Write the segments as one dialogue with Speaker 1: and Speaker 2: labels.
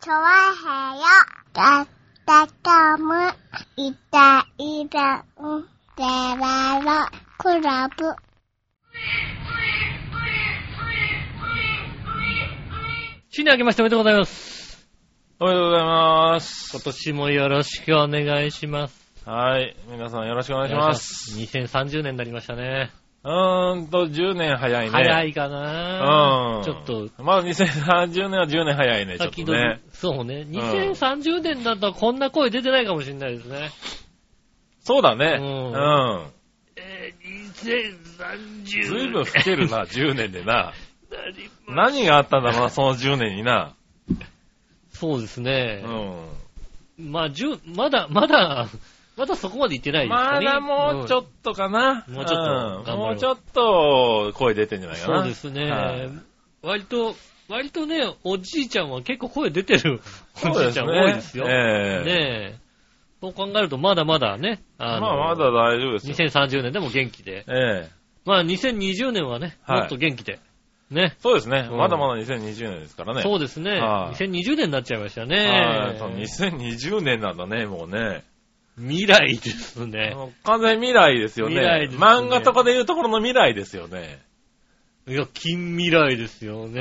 Speaker 1: チョワヘヨだったかむいたいたんでららクラブ
Speaker 2: 新年明けましておめでとうございます。
Speaker 3: おめでとうございます
Speaker 2: 今。年もよろしくお願いします。
Speaker 3: はい。皆さんよろしくお
Speaker 2: お
Speaker 3: 願いします。。
Speaker 2: 2030年になりましたね。
Speaker 3: うーんと、10年早いね。
Speaker 2: 早
Speaker 3: い。
Speaker 2: いか
Speaker 3: う
Speaker 2: な、
Speaker 3: ん。
Speaker 2: ちょっと、。
Speaker 3: まあ、2030年は10年早いね、ちょっ
Speaker 2: 先
Speaker 3: と
Speaker 2: の、
Speaker 3: ね。
Speaker 2: そうね。2030年だとこんな声出てないかもしれないですね。
Speaker 3: そうだね。
Speaker 2: うん
Speaker 3: うん。
Speaker 2: えー、2030
Speaker 3: ずいぶん老けるな、10年で
Speaker 2: な
Speaker 3: な。
Speaker 2: りま
Speaker 3: 何があったんだろうな、その10年にな。
Speaker 2: そうです
Speaker 3: う
Speaker 2: ね。
Speaker 3: ん。
Speaker 2: まあ、10まだ、まだ、まだそこまで行ってないですか
Speaker 3: ま
Speaker 2: ね。
Speaker 3: だもうちょっとかな。
Speaker 2: うんもうちょっと頑張ろう
Speaker 3: んもうちょっと声出てんじゃないかな。
Speaker 2: そうですね。
Speaker 3: はい
Speaker 2: 割と、割とね、おじいちゃんは結構声出てるおじいちゃん多いですよ。
Speaker 3: ええ
Speaker 2: ねえ。そう考えると、まだまだね。
Speaker 3: ま
Speaker 2: あ
Speaker 3: あ、
Speaker 2: の
Speaker 3: まだ大丈夫ですよ。
Speaker 2: 2030年でも元気で。
Speaker 3: ええ
Speaker 2: まあ、2020年はね、
Speaker 3: はい
Speaker 2: もっと元気で。ね。
Speaker 3: そうですね。
Speaker 2: うん
Speaker 3: まだまだ2020年ですからね。
Speaker 2: そうですね。
Speaker 3: はい
Speaker 2: 2020年になっちゃいました
Speaker 3: はい
Speaker 2: ね。
Speaker 3: そう2020年なんだね、もうね。
Speaker 2: 未来ですね。
Speaker 3: もう完全に未来ですよね。
Speaker 2: 未来ですね
Speaker 3: 漫画とかでいうところの未来ですよね。
Speaker 2: いや、近未来ですよね。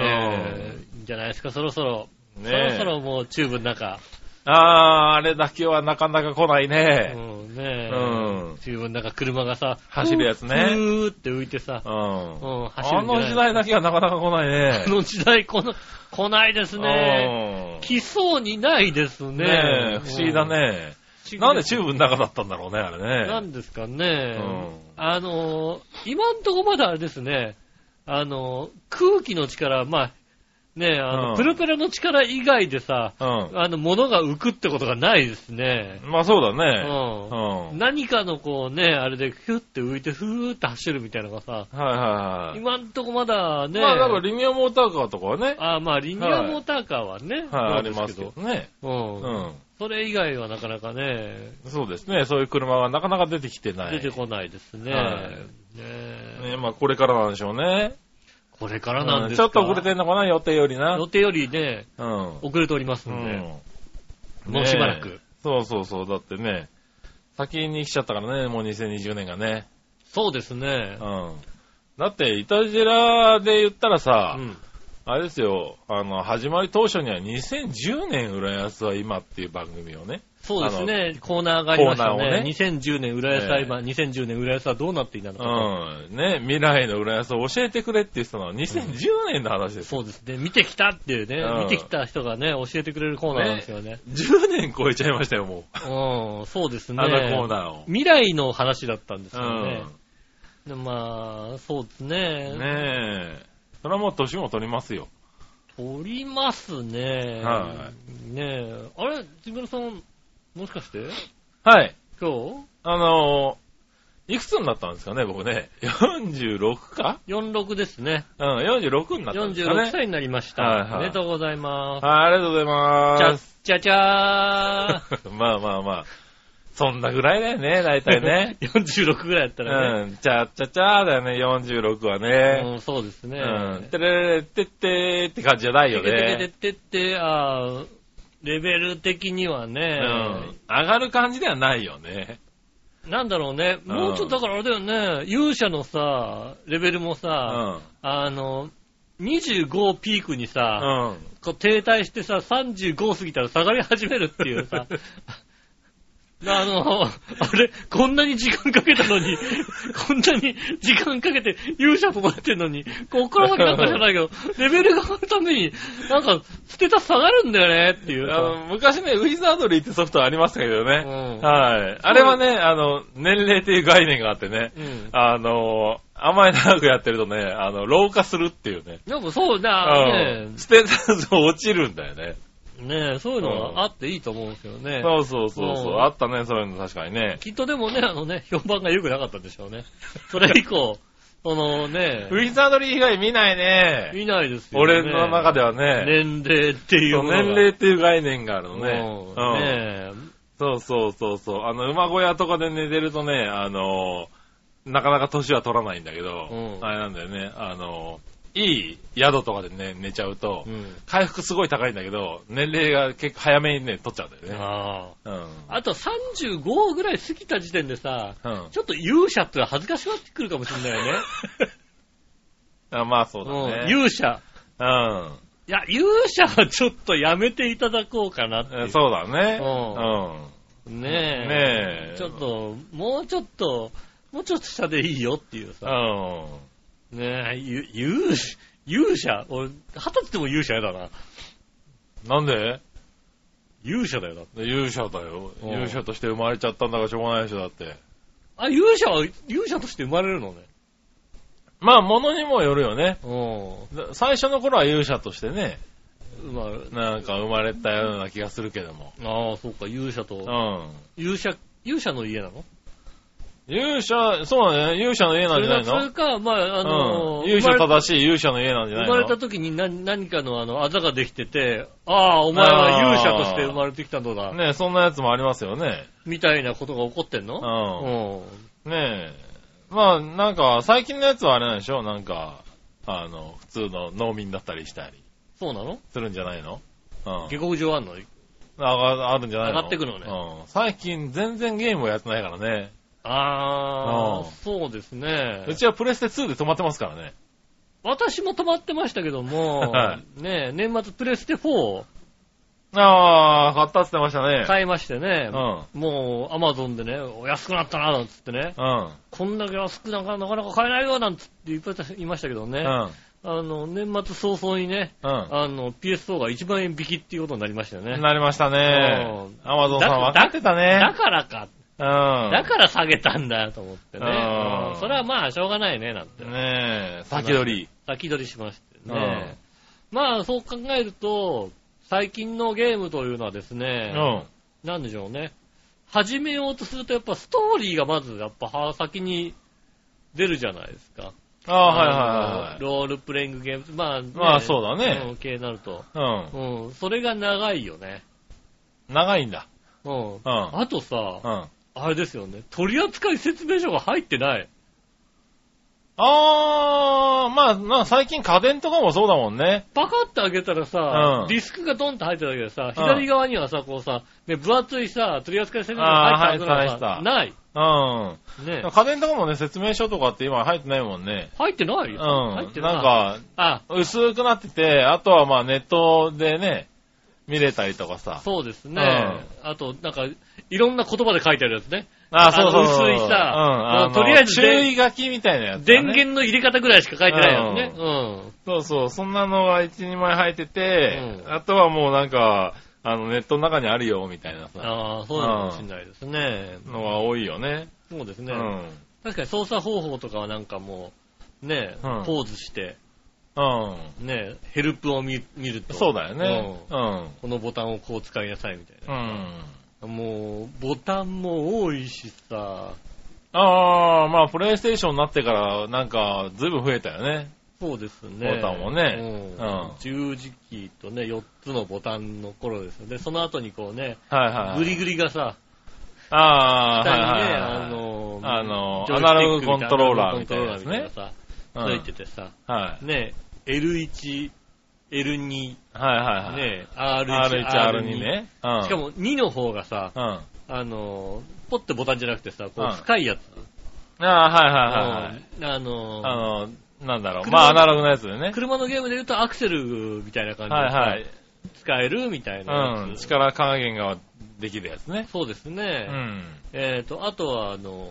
Speaker 2: いいんじゃないですか、そろそろ。
Speaker 3: ねえ
Speaker 2: そろそろもうチューブの中。
Speaker 3: あー、あれだけはなかなか来ないね。
Speaker 2: うん、ねえ。
Speaker 3: うん
Speaker 2: チューブの中車がさ、
Speaker 3: 走るやつね
Speaker 2: ふーって浮いてさ
Speaker 3: う、。
Speaker 2: うんん、走る
Speaker 3: あ
Speaker 2: んじゃな
Speaker 3: の
Speaker 2: い
Speaker 3: 時代だけはなかなか来ないね。
Speaker 2: あの時代、この、来ないですね。
Speaker 3: ね
Speaker 2: 来そうにないですね。
Speaker 3: ねえ、不思議だね。
Speaker 2: うん。
Speaker 3: なんでチュ
Speaker 2: ー
Speaker 3: ーブの中だったんだろうね、あれね。
Speaker 2: なんですかね。
Speaker 3: うん
Speaker 2: あのー、今んとこまだあれですね、あのー、空気の力、まあ、ねえ、あの、
Speaker 3: うん
Speaker 2: プルプルの力以外でさ、
Speaker 3: う
Speaker 2: あの、物が浮くってことがないですね。
Speaker 3: ん。まあそうだ
Speaker 2: う
Speaker 3: ね。うんん。。はい
Speaker 2: 何かのこうね、あれでヒュって浮いて、ふーって走るみたいなのがさ、
Speaker 3: はいはい。
Speaker 2: 今んとこまだね、
Speaker 3: まあだからリニアモーターカーとかはね、
Speaker 2: あまあ、リニアモーターカーはね、
Speaker 3: はい、
Speaker 2: な
Speaker 3: あ
Speaker 2: んで
Speaker 3: りますけどね。
Speaker 2: うん。
Speaker 3: うん。
Speaker 2: それ以外はなかなかね、
Speaker 3: そうですね。そういう車はなかなか出てきてない。
Speaker 2: 出てこないですね。
Speaker 3: はい
Speaker 2: ねえ
Speaker 3: ね、まあこれからなんでしょうね。
Speaker 2: これからなんです
Speaker 3: ちょ
Speaker 2: か
Speaker 3: っと遅れてんのかな、予定よりな。
Speaker 2: 予定よりね、
Speaker 3: うん。
Speaker 2: 遅れております
Speaker 3: うん
Speaker 2: で、
Speaker 3: ん。
Speaker 2: もうしばらく。
Speaker 3: ねえ。そうそうそう。だってね、先に来ちゃったからね、もう2020年がね。
Speaker 2: そうですね
Speaker 3: う。ん。だって、イタジラで言ったらさ、
Speaker 2: うん
Speaker 3: あれですよ、あの、始まり当初には2010年浦安は今っていう番組をね、
Speaker 2: そうですね。コーナーがありました
Speaker 3: コーナー
Speaker 2: ね。
Speaker 3: をね
Speaker 2: 2010年浦安裁判、2010年浦安はどうなっていたの
Speaker 3: う
Speaker 2: かと、
Speaker 3: ん、ね、未来の浦安を教えてくれって言ってたのは2010年の話です
Speaker 2: そ
Speaker 3: よ。
Speaker 2: うですね。見てきたっていうね、
Speaker 3: うん
Speaker 2: 見てきた人がね、教えてくれるコーナーなんですよね。
Speaker 3: 10年超えちゃいましたよ、も
Speaker 2: うん、そうです
Speaker 3: う。
Speaker 2: ね。
Speaker 3: あのコーナーを。
Speaker 2: 未来の話だったんです
Speaker 3: う
Speaker 2: よね
Speaker 3: ん。。
Speaker 2: でまあ、そうですね。
Speaker 3: ねえ。それはもう年も取りますよ。
Speaker 2: 取りますね。
Speaker 3: は
Speaker 2: ねえ。あれ、ジムロさん、もしかして
Speaker 3: はい。
Speaker 2: 今
Speaker 3: あのーいくつになったんですかね、僕ね。46か
Speaker 2: 日 ?46 ですね。
Speaker 3: うん、46になったんですか
Speaker 2: 46
Speaker 3: ね。
Speaker 2: 歳になりました。
Speaker 3: はいはい
Speaker 2: おめでとうございます。
Speaker 3: はい、ありがとうござい
Speaker 2: じゃ
Speaker 3: ま
Speaker 2: っ
Speaker 3: す。
Speaker 2: ちゃちゃ
Speaker 3: まあまあまあ。そんなぐ らいだよね、大体
Speaker 2: ー。
Speaker 3: ね。。
Speaker 2: 46ぐらいやったらね。
Speaker 3: うん、ちゃっちゃちゃーだよね、46はね。
Speaker 2: うん、そうですね。
Speaker 3: うん、てれれれってってーって感じじゃないよ
Speaker 2: て
Speaker 3: ね。
Speaker 2: てててて、あーレベル的には
Speaker 3: う
Speaker 2: ね
Speaker 3: ん、、上がる感じではないよね。
Speaker 2: なんだろうね、もうちょっとだからあれだよね、勇者のさ、レベルも
Speaker 3: う
Speaker 2: さ、
Speaker 3: ん。
Speaker 2: あの、25をピークにさ、
Speaker 3: うん。
Speaker 2: こう停滞してさ、35過ぎたら下がり始めるっていうさ。あの、あれ、こんなに時間かけたのに、こんなに時間かけて勇者と待ってんのに、こっから先なんかじゃないけど、レベルが上がるために、なんか、ステータス下がるんだよねっていう
Speaker 3: あ
Speaker 2: さ。
Speaker 3: の昔ね、ウィザードリーってソフトありましたけどね。
Speaker 2: うん
Speaker 3: はい。あれはね、あの、年齢っていう概念があってね。
Speaker 2: うん。
Speaker 3: あの、あまり長くやってるとね、あの、老化するっていうね。
Speaker 2: でもそう
Speaker 3: う
Speaker 2: だ、
Speaker 3: ん。ステータス落ちるんだよね。
Speaker 2: ねねそういうのがあっていいと思うんですよね。
Speaker 3: そうそうそうそうう。
Speaker 2: ん
Speaker 3: あったね、そういうの確かにね。
Speaker 2: きっとでもね、あのね、評判が良くなかったんでしょうね。それ以降、その ね、
Speaker 3: ウィザードリー以外見ないね。
Speaker 2: 見ないですよね。
Speaker 3: 俺の中ではね。
Speaker 2: 年齢ってい
Speaker 3: そうう
Speaker 2: ものが
Speaker 3: 年齢っていう概念があるの
Speaker 2: うん
Speaker 3: ね。
Speaker 2: ね
Speaker 3: うん。そうそうそうそう。あの、馬小屋とかで寝てるとね、あの、なかなか年は取らないんだけど
Speaker 2: う、ん
Speaker 3: あれなんだよね。あの、いい宿とかでね、寝ちゃうと、
Speaker 2: うん。
Speaker 3: 回復すごい高いんだけど、年齢が結構早めにね、取っちゃうんだよね。
Speaker 2: あ
Speaker 3: うん。
Speaker 2: あ。あと35ぐらい過ぎた時点でさ、
Speaker 3: うん
Speaker 2: ちょっと勇者って恥ずかしくなってくるかもしれないよね。
Speaker 3: あまあ そう
Speaker 2: う
Speaker 3: だ
Speaker 2: ん、
Speaker 3: ね。
Speaker 2: 勇者。
Speaker 3: うん。
Speaker 2: いや、勇者はちょっとやめていただこうかなってい
Speaker 3: え
Speaker 2: う。
Speaker 3: そうだね。
Speaker 2: うん
Speaker 3: うん。
Speaker 2: ねえ。
Speaker 3: ねえ
Speaker 2: ちょっと、もうちょっと、もうちょっと下でいいよっていう
Speaker 3: う
Speaker 2: さ。
Speaker 3: ん。
Speaker 2: ねえ、ゆ勇者、勇者俺、二十歳でも勇者やだな。
Speaker 3: なんで
Speaker 2: 勇者だよ、だって。
Speaker 3: 勇者だよ。
Speaker 2: うん
Speaker 3: 勇者として生まれちゃったんだからしょうがないでしょ、だって。
Speaker 2: あ、勇者は、勇者として生まれるのね。
Speaker 3: まあ、ものにもよるよね。
Speaker 2: う
Speaker 3: 最初の頃は勇者としてね、
Speaker 2: ん。まあ、
Speaker 3: なんか生まれたような気がするけども。
Speaker 2: ああ、そうか、勇者
Speaker 3: う
Speaker 2: と、
Speaker 3: ん。
Speaker 2: 勇者、勇者の家なの
Speaker 3: 勇者、そうだね。勇者の家なんじゃない
Speaker 2: それ
Speaker 3: の
Speaker 2: か、まあ、あの
Speaker 3: う
Speaker 2: ー、
Speaker 3: ん。勇者
Speaker 2: 生まれ
Speaker 3: 正しい勇者の家なんじゃない
Speaker 2: 生
Speaker 3: の
Speaker 2: まれた時に何何かのあの、あざができてて、ああ、お前は勇者として生まれてきたのだ、
Speaker 3: ねそんなやつもありますよね。
Speaker 2: みたいなことが起こってんのう
Speaker 3: うん。ねえ。まあ、なんか、最近のやつはあれなんでしょなんか、あの、普通の農民だったりしたり
Speaker 2: そうなの
Speaker 3: するんじゃないのうん。
Speaker 2: 下克上あんの
Speaker 3: あがあるんじゃないの
Speaker 2: 上がってくのね
Speaker 3: うん。最近全然ゲームをやってないからね。
Speaker 2: あ
Speaker 3: う
Speaker 2: あ
Speaker 3: ん、
Speaker 2: そうですね
Speaker 3: う。ちはプレステ2で止まってますからね。
Speaker 2: 私も止まってましたけども
Speaker 3: は、
Speaker 2: ねえ年末プレステ4を
Speaker 3: ああ、買ったって言ってましたね。
Speaker 2: 買いましてね、
Speaker 3: うん。
Speaker 2: もうアマゾンでね、お安くなったな、なんつってね、
Speaker 3: うん。
Speaker 2: こんだけ安くなんかなかなか買えないよ、なんつって言って言いましたけどね、
Speaker 3: う
Speaker 2: あ
Speaker 3: ん。
Speaker 2: の、年末早々にね、
Speaker 3: う
Speaker 2: あの、PS4 が1万円引きっていうことになりましたよね
Speaker 3: ん。。なりましたね
Speaker 2: う。
Speaker 3: アマゾンさん
Speaker 2: だ
Speaker 3: 分かって
Speaker 2: だ
Speaker 3: たね。
Speaker 2: からか、
Speaker 3: うん。
Speaker 2: だから下げたんだと思ってね。
Speaker 3: うん
Speaker 2: うんそれはまあ、しょうがないね、なんて。
Speaker 3: ねえ、先取り。
Speaker 2: 先取りしましてね。まあ、そう考えると、最近のゲームというのはです
Speaker 3: う
Speaker 2: ね、
Speaker 3: ん。
Speaker 2: なんでしょうね。始めようとすると、やっぱストーリーがまず、やっぱは先に出るじゃないですか。
Speaker 3: ああ
Speaker 2: あの
Speaker 3: ー、はいはいはい。
Speaker 2: ロールプレイングゲーム、まあ、ね
Speaker 3: まあそうだね
Speaker 2: うん系になると。
Speaker 3: う
Speaker 2: うん、それが長いよね。
Speaker 3: ん。長いんだ。
Speaker 2: うん。
Speaker 3: うん。
Speaker 2: あとさ、
Speaker 3: うん。
Speaker 2: あれですよね、取扱説明書が入ってない。
Speaker 3: あー、まあ、な最近家電とかもそうだもんね。
Speaker 2: パカッて開けたらさ、
Speaker 3: うん
Speaker 2: ディスクがドンと入ってるだけでさ、
Speaker 3: うん
Speaker 2: 左側にはさ、こうさ、ね、分厚いさ、取扱説明書が入ったはずな
Speaker 3: あ
Speaker 2: の
Speaker 3: ー
Speaker 2: ない。
Speaker 3: うん。
Speaker 2: ね。
Speaker 3: 家電とかもね、説明書とかって今入ってないもんね。
Speaker 2: 入ってな
Speaker 3: う
Speaker 2: い
Speaker 3: ん。
Speaker 2: 入ってない。
Speaker 3: なん、か、
Speaker 2: あ、
Speaker 3: 薄くなってて、あとはまあネットでね、見れたりとかさ。
Speaker 2: そうですね。あと、なんか、いろんな言葉で書いてあるやつね。
Speaker 3: あ
Speaker 2: あ
Speaker 3: そうそうそう。
Speaker 2: 薄いさ
Speaker 3: うんあ
Speaker 2: あの
Speaker 3: の、
Speaker 2: とりあえず
Speaker 3: 注意書きみたいなやつ、ね。
Speaker 2: 電源の入れ方ぐらいしか書いてないやつね。
Speaker 3: そうそう、そんなのが1、2枚入ってて、
Speaker 2: うん
Speaker 3: あとはもうなんか、あの、ネットの中にあるよ、みたいな
Speaker 2: うん。
Speaker 3: さ、
Speaker 2: ああ、そうなのかもしれないですね。
Speaker 3: のが多いよね。
Speaker 2: そうです
Speaker 3: う
Speaker 2: ね。
Speaker 3: ん。
Speaker 2: 確かに操作方法とかはなんかもう、ね、
Speaker 3: うん
Speaker 2: ポーズして、
Speaker 3: うん。
Speaker 2: ね、ヘルプを見見ると。
Speaker 3: そうだよね。
Speaker 2: うん
Speaker 3: うん。
Speaker 2: このボタンをこう使いなさいみたいうな。
Speaker 3: ん。
Speaker 2: もう、ボタンも多いしさ、
Speaker 3: ああ、まあ、プレイステーションになってから、なんか、ずいぶん増えたよね。
Speaker 2: そうですね。
Speaker 3: ボタンもね
Speaker 2: うん
Speaker 3: うん
Speaker 2: 十字キーとね、4つのボタンの頃ですよね。その後にこうね、
Speaker 3: はいはいはい。
Speaker 2: グリグリがさ、
Speaker 3: ああ、
Speaker 2: 下にね、
Speaker 3: はいはいはい
Speaker 2: あの、
Speaker 3: あの
Speaker 2: ジョイスティックみたいな
Speaker 3: アナログコントローラーみたいなやつね
Speaker 2: アナログコントローラーみたいなさ、
Speaker 3: うん
Speaker 2: ついててさ、
Speaker 3: はい。
Speaker 2: ね、L1、L2、
Speaker 3: はいはいはい。
Speaker 2: ね、R1、
Speaker 3: R1、R2 ね。うん。
Speaker 2: しか、も2の方がさ、
Speaker 3: うん。あ
Speaker 2: あの、ポッてボタンじゃなくてさ、こ
Speaker 3: う
Speaker 2: うん深いやつ。
Speaker 3: あー、はいはいはいはい。
Speaker 2: うんあの、
Speaker 3: あの、なんだろう。
Speaker 2: 車
Speaker 3: まあ、アナログのやつでね。
Speaker 2: 車のゲームで言うとアクセルみたいな感じで
Speaker 3: はい
Speaker 2: さ
Speaker 3: はい。
Speaker 2: 使えるみたいな
Speaker 3: うん。
Speaker 2: やつ。
Speaker 3: 力加減ができるやつね。
Speaker 2: そうですね
Speaker 3: う。ん。
Speaker 2: えっ、と、あとは、あの、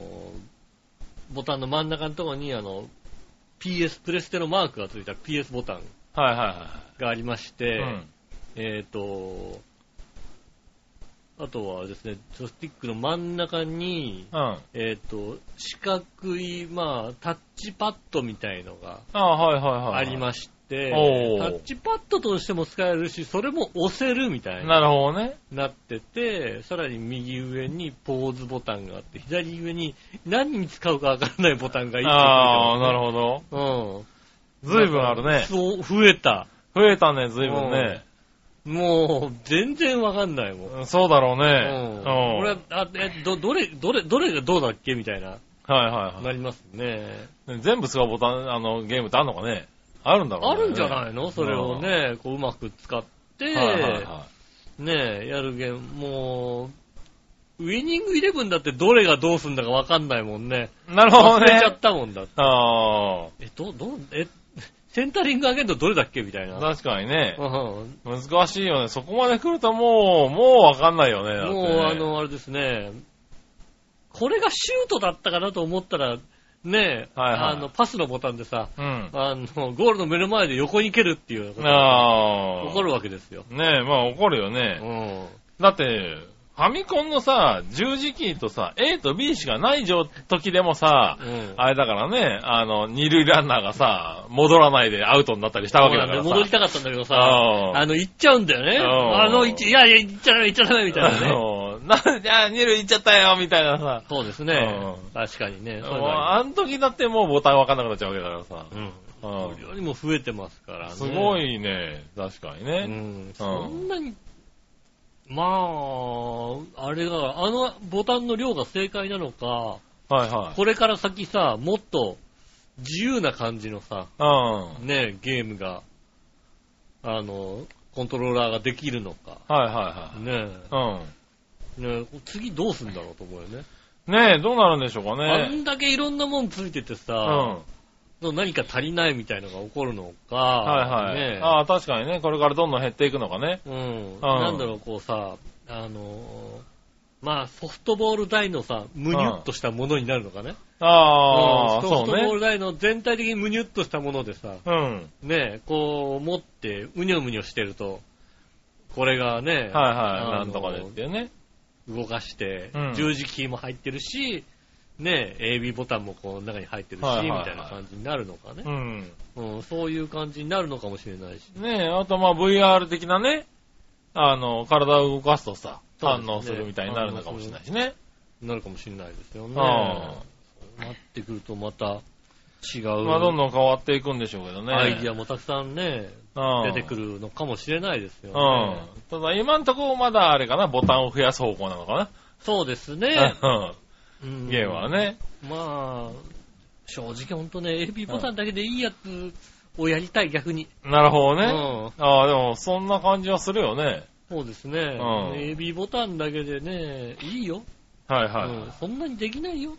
Speaker 2: ボタンの真ん中のところに、あの、PS、プレステのマークがついた PS ボタン
Speaker 3: はいは
Speaker 2: がありまし
Speaker 3: い
Speaker 2: て、
Speaker 3: はい。
Speaker 2: えっ、と、あとはですね、ジョスティックの真ん中に、
Speaker 3: うん。うん。
Speaker 2: えっ、と、四角い、まあ、タッチパッドみたいのが
Speaker 3: ああ、はいはいはい。
Speaker 2: ありまして、
Speaker 3: おー
Speaker 2: タッチパッドとしても使えるし、それも押せるみたいな
Speaker 3: なるほどね。
Speaker 2: なってて、さらに右上にポーズボタンがあって、左上に何に使うかわからないボタンが一個
Speaker 3: ああ、なるほど。
Speaker 2: ほど。うん。
Speaker 3: ずいぶんあるね。
Speaker 2: そう、増えた。
Speaker 3: 増えたね、ずいぶんね。
Speaker 2: もう、全然わかんないもん。
Speaker 3: うんそうだろう
Speaker 2: う
Speaker 3: ね。
Speaker 2: ん。
Speaker 3: うん。
Speaker 2: 俺は、あ、え、ど、どれ、どれ、どれがどうだっけみたいな、
Speaker 3: はいはい
Speaker 2: な
Speaker 3: は
Speaker 2: りますね。
Speaker 3: い。全部使うボタン、あの、ゲームってあんのかねあるんだろう
Speaker 2: あるんじゃないいのそれをね、こううまく使って、
Speaker 3: はいはいは
Speaker 2: ねえ、やるゲーム、もう、ウィニングイレブンだってどれがどうすんだかわかんないもんね。
Speaker 3: い。なるほど
Speaker 2: 忘れちゃ
Speaker 3: ね
Speaker 2: っ。たもんだ。
Speaker 3: あ
Speaker 2: え、ど、ど、え、センタリングアゲントどれだっけみたい
Speaker 3: あ、
Speaker 2: な。
Speaker 3: 確かにね。
Speaker 2: うん
Speaker 3: 難しいよね。そこまで来るともう、もうわかんないよね。だってね
Speaker 2: もう、あ、の、あれですね、これがシュートだったかなと思ったら、ねえ、
Speaker 3: はいはい
Speaker 2: あの、パスのボタンでさ、
Speaker 3: うん。
Speaker 2: あの、ゴールの目の前で横に蹴るっていうことが
Speaker 3: ああ。
Speaker 2: 起こるわけですよ。
Speaker 3: ねえ、まあ怒るよ
Speaker 2: う
Speaker 3: ね。
Speaker 2: ん。
Speaker 3: だって、ファミコンのさ、十字キーとさ、A と B しかない状時でもさ、
Speaker 2: うん
Speaker 3: あれだからね、あの、二塁ランナーがさ、戻らないでアウトになったりしたわけだからさ。
Speaker 2: そうなんよ戻りたかったんだけどさ、
Speaker 3: うん
Speaker 2: あの、行っちゃうんだよね。
Speaker 3: うん
Speaker 2: あの、行っちいやいや、行っちゃダメ、行っちゃダメ、みたいな
Speaker 3: あ
Speaker 2: ね。
Speaker 3: のなんで、あ、二塁行っちゃったよ、みたいなさ。
Speaker 2: そうですね。
Speaker 3: うん
Speaker 2: 確かにね。そういう
Speaker 3: もう
Speaker 2: のあ
Speaker 3: あの時だってもうボタンわかんなくなっちゃうわけだからさ。
Speaker 2: ります
Speaker 3: うん
Speaker 2: うん。量にも増えてますからね。
Speaker 3: すごいね、確かに
Speaker 2: う
Speaker 3: ね。
Speaker 2: ん。そんなに、まあ、あれが、あのボタンの量が正解なのか、
Speaker 3: はいはい。
Speaker 2: これから先さ、もっと自由な感じのさ、
Speaker 3: うん。
Speaker 2: ね、ゲームが、あの、コントローラーができるのか。
Speaker 3: はいは
Speaker 2: ね
Speaker 3: いはい。
Speaker 2: ね次どうすんだろうと思うよね。
Speaker 3: うん。ねえ、どうなるんでしょうか
Speaker 2: あ
Speaker 3: ね。
Speaker 2: んだけいろんなもんついてて
Speaker 3: うん。
Speaker 2: さ、
Speaker 3: は
Speaker 2: 何か足りないみたいのが起こるのか、
Speaker 3: いはい
Speaker 2: ね。
Speaker 3: ああ、確かにね、これからどんどん減っていくのかね。
Speaker 2: うん、なんだろう、こうさ、あのーまあ、ソフトボール台のさ、むにゅっとしたものになるのかね。
Speaker 3: ああ、
Speaker 2: うんソフ
Speaker 3: そう
Speaker 2: トボー
Speaker 3: ね。
Speaker 2: ル台の全体的にむにゅっとしたものでさ、
Speaker 3: うん。
Speaker 2: ね、こう持って、うにょむにょしてると、これがね、
Speaker 3: はいはい。な
Speaker 2: あの
Speaker 3: んとかでっていうね。
Speaker 2: 動かして、
Speaker 3: うん
Speaker 2: 十字キーも入ってるし、ね、AB ボタンもこう中に入ってるし、
Speaker 3: はいはいはい
Speaker 2: みたいな感じになるのかね
Speaker 3: う、ん。
Speaker 2: うん。そういう感じになるのかもしれないし。
Speaker 3: ねえ、あとまあ VR 的なね、あの、体を動かすとさ、
Speaker 2: そうです
Speaker 3: 反
Speaker 2: ね
Speaker 3: 応するみたいになるのかもしれないしね。
Speaker 2: なるかもしれないですよね。
Speaker 3: ああ
Speaker 2: そうなってくるとまた違う、
Speaker 3: まあどんどん変わっていくんでしょうけどね。
Speaker 2: アイディアもたくさんね、
Speaker 3: ア
Speaker 2: 出てくるのかもしれないですよ
Speaker 3: う
Speaker 2: ね。
Speaker 3: ん。ただ今んとこまだあれかな、ボタンを増やす方向なのか
Speaker 2: そうですね。
Speaker 3: な。
Speaker 2: うん
Speaker 3: ゲームはね。
Speaker 2: まあ、正直ほんとね、AB ボタンだけでいいやつをやりたい、逆に。
Speaker 3: なるほど
Speaker 2: う
Speaker 3: ね。
Speaker 2: ん
Speaker 3: ああ、でもそんな感じはするよね。
Speaker 2: そうですね。
Speaker 3: ん
Speaker 2: AB ボタンだけでね、いいよ。
Speaker 3: はいうは
Speaker 2: んそんなにできないよ。
Speaker 3: い。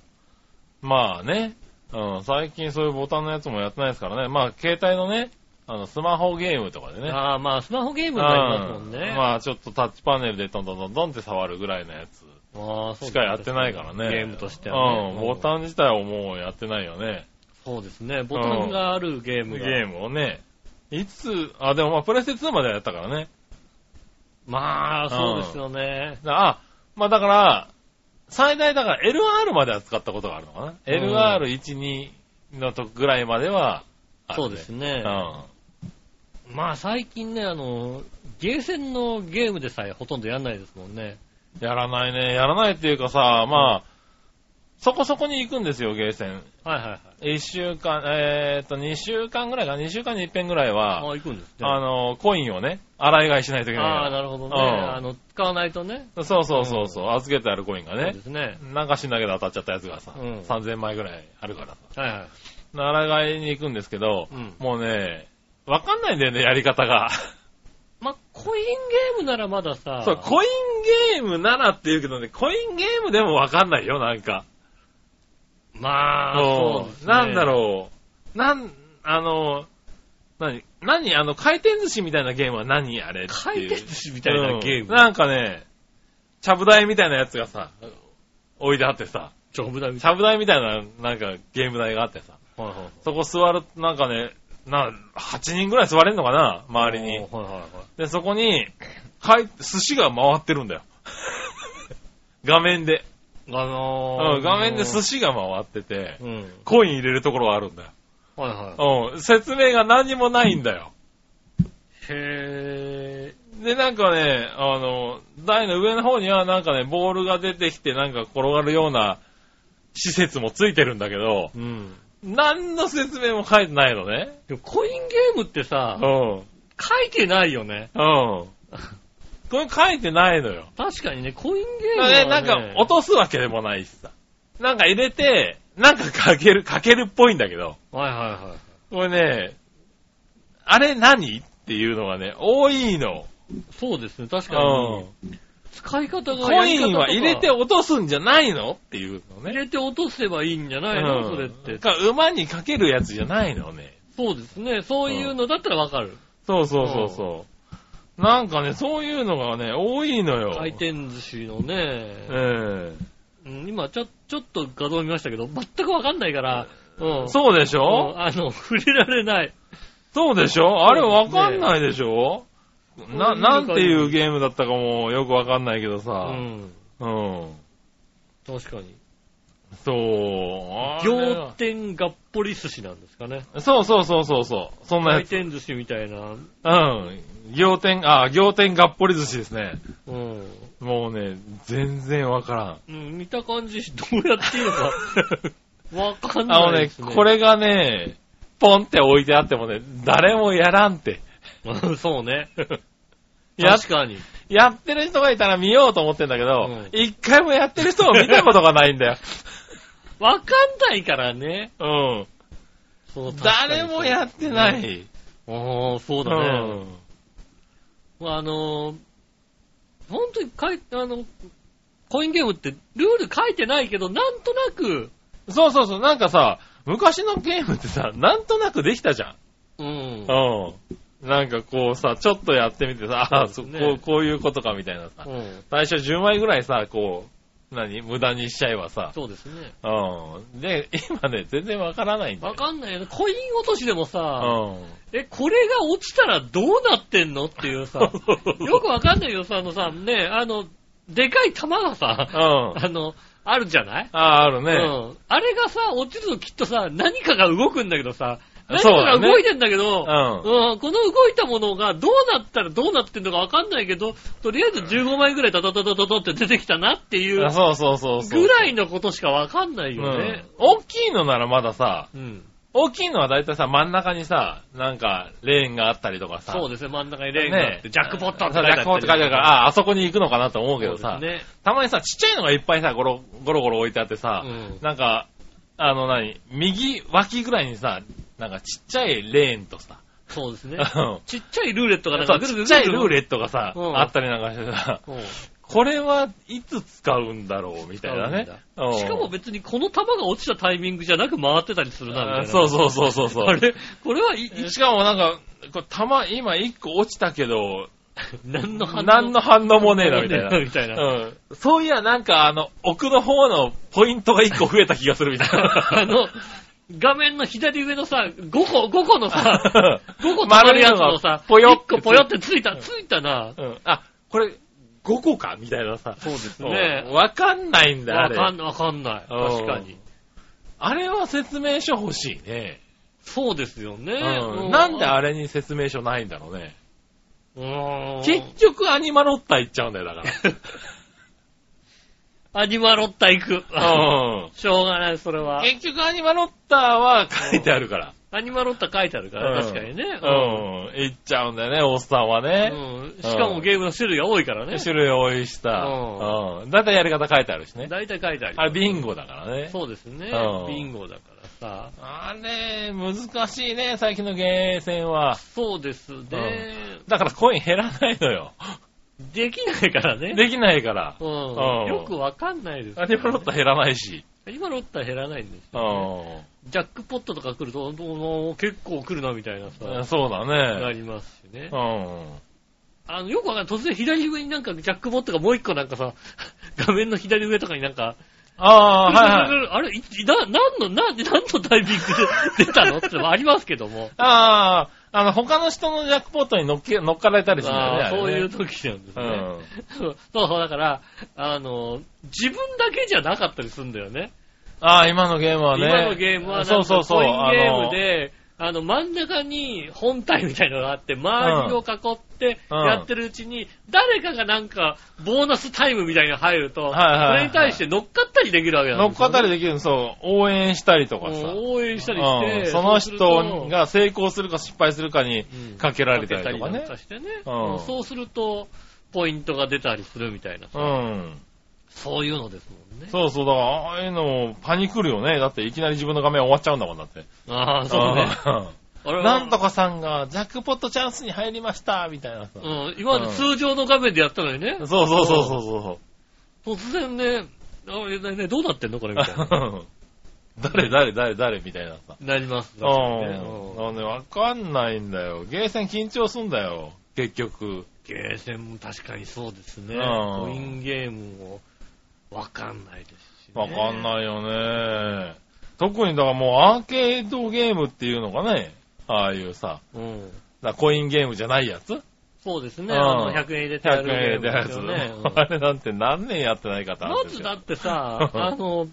Speaker 3: まあね。うん、最近そういうボタンのやつもやってないですからね。まあ携帯のね、あの、スマホゲームとかでね。
Speaker 2: ああ、まあ、スマホゲームになりますもんね。
Speaker 3: うんまあちょっとタッチパネルでどんどんどんどんって触るぐらいのやつ
Speaker 2: ああ、そうですね
Speaker 3: しかやってないからね。
Speaker 2: ゲームとしてはね。
Speaker 3: うん、ボタン自体をもうやってないよね。
Speaker 2: そうですね。ボタンがあるゲーム
Speaker 3: ゲ
Speaker 2: が。
Speaker 3: ームをね。いつ、あ、でもまあプレステ2まではやったからね。
Speaker 2: まあ、そうですよね。
Speaker 3: あ、まあだから、最大だから LR までは使ったことがあるのかな。LR12 のとこぐらいまではある
Speaker 2: そうですね
Speaker 3: ね。う。ん。
Speaker 2: まあ、最近ね、あの、ゲーセンのゲームでさえほとんどやんないですもんね。
Speaker 3: やらないね。やらないっていうかさ、まあ、そこそこに行くんですよ、ゲーセン。
Speaker 2: はいはいはい。
Speaker 3: 1週間、えーっと、2週間ぐらいか、2週間に一遍ぐらい
Speaker 2: あ
Speaker 3: は、
Speaker 2: あ、行くんですね。
Speaker 3: あの、コインをね、洗い替えしないといけないから
Speaker 2: ああ、なるほどね。
Speaker 3: うん
Speaker 2: あの、使わないとね。
Speaker 3: そうそうそうそう、預けてあるコインが
Speaker 2: そう
Speaker 3: ね
Speaker 2: で、すね。
Speaker 3: なんか死んだけど当たっちゃったやつがさ、
Speaker 2: うん
Speaker 3: 3000枚ぐらいあるからさ、
Speaker 2: はいはい。
Speaker 3: 習いに行くんですけど、
Speaker 2: うん
Speaker 3: もうね、わかんないんだよね、やり方が。
Speaker 2: まあ、コインゲームならまださ、
Speaker 3: そう、コインゲームならって言うけどね、コインゲームでもわかんないよ、なんか。
Speaker 2: まあ、そうですね。
Speaker 3: なんだろう、なん、あの、何、何、あの、回転寿司みたいなゲームは何あれっていう
Speaker 2: 回転寿司みたいなゲー
Speaker 3: うん
Speaker 2: ム。
Speaker 3: なんかね、ちゃぶ台みたいなやつがさ、置いてあってさ、
Speaker 2: ジョブだみ
Speaker 3: ち
Speaker 2: たい
Speaker 3: ゃぶ台みたいな、なんかゲーム台があってさ、
Speaker 2: な。はいはい
Speaker 3: そこ座る、なんかね、な、8人ぐらい座れんのかな周りに
Speaker 2: お。ーはいはいはい。
Speaker 3: で、そこに、回、寿司が回ってるんだよ。 画面で。
Speaker 2: あの
Speaker 3: う
Speaker 2: ー、
Speaker 3: ん、画面で寿司が回ってて、
Speaker 2: うん。
Speaker 3: コイン入れるところがあるんだ
Speaker 2: はいはい。
Speaker 3: よ。うん、説明が何にもないんだよ。
Speaker 2: へ
Speaker 3: で、なんかね、あの、台の上の方にはなんかね、ボールが出てきてなんか転がるような施設もついてるんだけど、
Speaker 2: ー。うん。
Speaker 3: 何の説明も書いてないのね。
Speaker 2: でもコインゲームってさ、
Speaker 3: うん。
Speaker 2: 書いてないよね。
Speaker 3: うん。これ書いてないのよ。
Speaker 2: 確かにね、コインゲームは、ね。
Speaker 3: ね、なんか落とすわけでもないしさ。なんか入れて、なんかかける、かけるっぽいんだけど。
Speaker 2: はいはいはい。
Speaker 3: これね、あれ何っていうのがね、多いの。
Speaker 2: そうですね、確か
Speaker 3: うん
Speaker 2: に。。使い方が
Speaker 3: コインは入れて
Speaker 2: 落
Speaker 3: 落とすんじゃないのっていうの
Speaker 2: 入
Speaker 3: ね。
Speaker 2: れて落とせばいいんじゃないの、それって。
Speaker 3: か馬にかけるやつじゃないのね。
Speaker 2: そうですね、そういうのだったらわかる。
Speaker 3: そうそうそうそう。なんかね、そういうのがね、多いのよ。
Speaker 2: 回転寿司のね、
Speaker 3: え
Speaker 2: うん今ちょ、ちょっと画像見ましたけど、全くわかんないから、う
Speaker 3: え
Speaker 2: ん
Speaker 3: そうでしょ、
Speaker 2: うんあの、 触れられない。
Speaker 3: そうでしょあれわかんないでしょ、
Speaker 2: ね
Speaker 3: な、なんていうゲームだったかもよくわかんないけど
Speaker 2: う
Speaker 3: さ。
Speaker 2: ん。
Speaker 3: うん。
Speaker 2: 確かに。
Speaker 3: そう。あれ
Speaker 2: 仰天がっぽり寿司なんですかね。
Speaker 3: そうそうそうそうそう。そんな
Speaker 2: 回
Speaker 3: やつ。
Speaker 2: 転寿司みたいな。
Speaker 3: うん。仰天、あ、仰天がっぽり寿司ですね。
Speaker 2: うん。
Speaker 3: もうね、全然わからん。
Speaker 2: うん、見た感じ、どうやっていいのか、わかん
Speaker 3: あの
Speaker 2: ないで
Speaker 3: ね
Speaker 2: す、ね。
Speaker 3: これがね、ポンって置いてあってもね、誰もやらんって。
Speaker 2: うん。 そうね。
Speaker 3: や
Speaker 2: 確かに。
Speaker 3: やってる人がいたら見ようと思ってんだけど
Speaker 2: うん、
Speaker 3: 一、回もやってる人を見たことがないんだよ。
Speaker 2: わかんないからね。
Speaker 3: うん。
Speaker 2: そう
Speaker 3: 誰もやってな。い。
Speaker 2: ああ、そうだね。まああのー、本当に書いあの、コインゲームってルール書いてないけど、なんとなく、
Speaker 3: うんそうそうそう、なんかさ、昔のゲームってさ、なんとなくできたじゃん。
Speaker 2: うん。
Speaker 3: うん。なんかこうさ、ちょっとやってみてさ、あーそこ
Speaker 2: ね
Speaker 3: うこういうことかみたいなさ
Speaker 2: う。ん、
Speaker 3: 最初10枚ぐらいさ、こう、何無駄にしちゃえばさ。
Speaker 2: そうですね。
Speaker 3: うん。で、今ね、全然わからないんだ
Speaker 2: わ
Speaker 3: よね。
Speaker 2: かんないよね。コイン落としでもさ、
Speaker 3: うん。
Speaker 2: え、これが落ちたらどうなってんのっていう さ、よくわかんないよ、さ、あのさ、ね、あの、でかい玉がさ、
Speaker 3: うん。
Speaker 2: あの、あるじゃない、
Speaker 3: ああー、ある
Speaker 2: う
Speaker 3: ね。
Speaker 2: ん。あれがさ、落ちるときっとさ、何かが動くんだけどさ、何
Speaker 3: そ
Speaker 2: か
Speaker 3: うだね
Speaker 2: が動いてんだけど、
Speaker 3: うん。
Speaker 2: うん、この動いたものがどうなったらどうなってんのかわかんないけど、とりあえず15枚ぐらいダダダダダダって出てきたなっていう
Speaker 3: あそうそうそうそう。
Speaker 2: ぐらいのことしかわかんないよね。
Speaker 3: うん大きいのならまださ、
Speaker 2: うん。
Speaker 3: 大きいのはだいたいさ、真ん中にさ、なんか、レーンがあったりとかさ。
Speaker 2: そう
Speaker 3: で
Speaker 2: ですね、真ん中にレーンがあって、ジャックポットって
Speaker 3: ジ
Speaker 2: 書いてあった
Speaker 3: ャック
Speaker 2: り
Speaker 3: ポットって書いてあるから、ああ、あそこに行くのかなと思うけど
Speaker 2: そ
Speaker 3: さ
Speaker 2: う、ですね。
Speaker 3: たまにさ、ちっちゃいのがいっぱいさ、ゴロゴロゴロ置いてあってさ、
Speaker 2: うん
Speaker 3: なんか、あの何、右脇ぐらいにさ、なんかちっちゃいレーンとさ、
Speaker 2: そうですね。
Speaker 3: うん
Speaker 2: ちっちゃいルーレットがなん
Speaker 3: そ
Speaker 2: か
Speaker 3: う
Speaker 2: ぐるぐ
Speaker 3: ちっ
Speaker 2: る
Speaker 3: ちゃいルーレ
Speaker 2: ッ
Speaker 3: ットがさ、
Speaker 2: うん
Speaker 3: あったりなんかしてさ、
Speaker 2: ト。うん
Speaker 3: これはいつ使うんだろうみたいなね。うん
Speaker 2: しかも別にこの球が落ちたタイミングじゃなく回ってたりするな、みたい
Speaker 3: あ
Speaker 2: な。
Speaker 3: そうそうそうそうそう。
Speaker 2: あれこれはい、い
Speaker 3: しかもなんか、こう弾、今一個落ちたけど、
Speaker 2: 何の反応
Speaker 3: 何の反応もねえな、みたいな。
Speaker 2: みたいな。
Speaker 3: うん。そういや、なんかあの、奥の方のポイントが一個増えた気がするみたい
Speaker 2: あ
Speaker 3: な。
Speaker 2: の、画面の左上のさ、5個、5個のさ、5個溜 ま
Speaker 3: 丸
Speaker 2: る
Speaker 3: い
Speaker 2: や
Speaker 3: の
Speaker 2: つ
Speaker 3: が
Speaker 2: のさ、
Speaker 3: ぽよっ
Speaker 2: 1個ぽよってついた、ついたな。
Speaker 3: うん。あ、これ、5個かみたいなさ。
Speaker 2: そうです
Speaker 3: うんわかんないんだよ、あ
Speaker 2: わ
Speaker 3: れ。
Speaker 2: かんない、わかんない。確かに。
Speaker 3: あれは説明書欲しいね。
Speaker 2: そうですよね。
Speaker 3: う。
Speaker 2: うんん
Speaker 3: なんであれに説明書ないんだろうね。
Speaker 2: うーん
Speaker 3: 結局アニマロッタ行っちゃうんだよ、だ
Speaker 2: アニマロッタ行く。
Speaker 3: から。うん。
Speaker 2: しょうがない、それは。
Speaker 3: 結局アニマロッタは 書いてあるから。
Speaker 2: アニマロッタ書いてあるから、
Speaker 3: うん
Speaker 2: 確かにね。
Speaker 3: うん。行っちゃうんだよね、おっさんは
Speaker 2: う
Speaker 3: ね。
Speaker 2: んしかもゲームの種類が多いからね。
Speaker 3: 種類多いしさ。うん。だいたいやり方書いてあるしね。
Speaker 2: 大体書いてある。
Speaker 3: あれ、ビンゴだからね。
Speaker 2: そうですね
Speaker 3: うん。
Speaker 2: ビンゴだからさ。
Speaker 3: あれ、難しいね、最近のゲーセンは。
Speaker 2: そうですね。
Speaker 3: だからコイン減らないのよ。
Speaker 2: できないからね。
Speaker 3: できないから。
Speaker 2: うん
Speaker 3: うん
Speaker 2: よくわかんないです、
Speaker 3: アニマロッタ減らないし。
Speaker 2: 今ロッタ減らないんです
Speaker 3: う
Speaker 2: よ、ね。
Speaker 3: ん。
Speaker 2: ジャックポットとか来ると、どうも結構来るなみたいなさ、
Speaker 3: そうだ
Speaker 2: な
Speaker 3: ね。
Speaker 2: りますしね
Speaker 3: う。ん。
Speaker 2: あの、よくわかんない。突然左上になんかジャックポットがもう一個なんかさ、画面の左上とかになんか、
Speaker 3: ああー、はいはい。
Speaker 2: あれ、いな、なんの、な、何のタイミングで出たのってのもありますけども。
Speaker 3: ああ、あの、他の人のジャックポットに乗っけ、乗っかられたりするんだよね。
Speaker 2: あー
Speaker 3: あれね
Speaker 2: そういう時なんです
Speaker 3: う
Speaker 2: ね。
Speaker 3: ん。
Speaker 2: そうそう、だから、あの、自分だけじゃなかったりするんだよね。
Speaker 3: ああ、今のゲームはね。
Speaker 2: 今のゲームはなんか
Speaker 3: そうそうそ
Speaker 2: コ
Speaker 3: う。
Speaker 2: インゲーム
Speaker 3: あ
Speaker 2: で、あの、真ん中に本体みたいなのがあって、周りを囲って
Speaker 3: うん
Speaker 2: やってるうちに、誰かがなんか、ボーナスタイムみたいなの入ると、
Speaker 3: いはいはい
Speaker 2: それに対して乗っかったりできるわけ
Speaker 3: の、
Speaker 2: なん
Speaker 3: 乗っ
Speaker 2: です
Speaker 3: か
Speaker 2: よ、
Speaker 3: ったり
Speaker 2: で
Speaker 3: できるの、そう、応援したりとかさ。
Speaker 2: 応援したりして、
Speaker 3: うんその
Speaker 2: うすると
Speaker 3: 人、が成功するか失敗するかに
Speaker 2: うん
Speaker 3: かけられたりと
Speaker 2: かけ
Speaker 3: かね
Speaker 2: なん。してね、
Speaker 3: うん
Speaker 2: そうすると、ポイントが出たりするみたいな、
Speaker 3: うん。
Speaker 2: そういうのですもんね。
Speaker 3: そうそう、だから、ああいうのもパニクるよね。だっていきなり自分の画面終わっちゃうんだもんだって。
Speaker 2: ああ、そうね。
Speaker 3: うん
Speaker 2: あれは
Speaker 3: なんとかさんがジャックポットチャンスに入りました、みたいなさ。
Speaker 2: うん、今まで通常の画面でやったのにね。
Speaker 3: そうそうそうそうそ
Speaker 2: 突然ね、あれね、どうなってんのこれみた いな。
Speaker 3: う。誰誰誰誰みたいなさ。
Speaker 2: なります。
Speaker 3: うん。なんでわかんないんだよ。ゲーセン緊張すんだよ。結局。
Speaker 2: ゲーセンも確かにそうですね。
Speaker 3: うん
Speaker 2: コインゲームもわかんないですし、ね。
Speaker 3: わかん
Speaker 2: い。
Speaker 3: ないよね。特にだからもうアーケードゲームっていうのがね、ああいうさ、
Speaker 2: うん。
Speaker 3: だからコインゲームじゃないやつ
Speaker 2: そうです
Speaker 3: うん
Speaker 2: ね。あの、100円入れてや
Speaker 3: ?100
Speaker 2: る
Speaker 3: 円
Speaker 2: ゲーム
Speaker 3: でや
Speaker 2: で
Speaker 3: つ
Speaker 2: すよね。うん。
Speaker 3: あれなんて何年やってない方なん
Speaker 2: ま
Speaker 3: です
Speaker 2: ず
Speaker 3: よ
Speaker 2: だって さ、あの、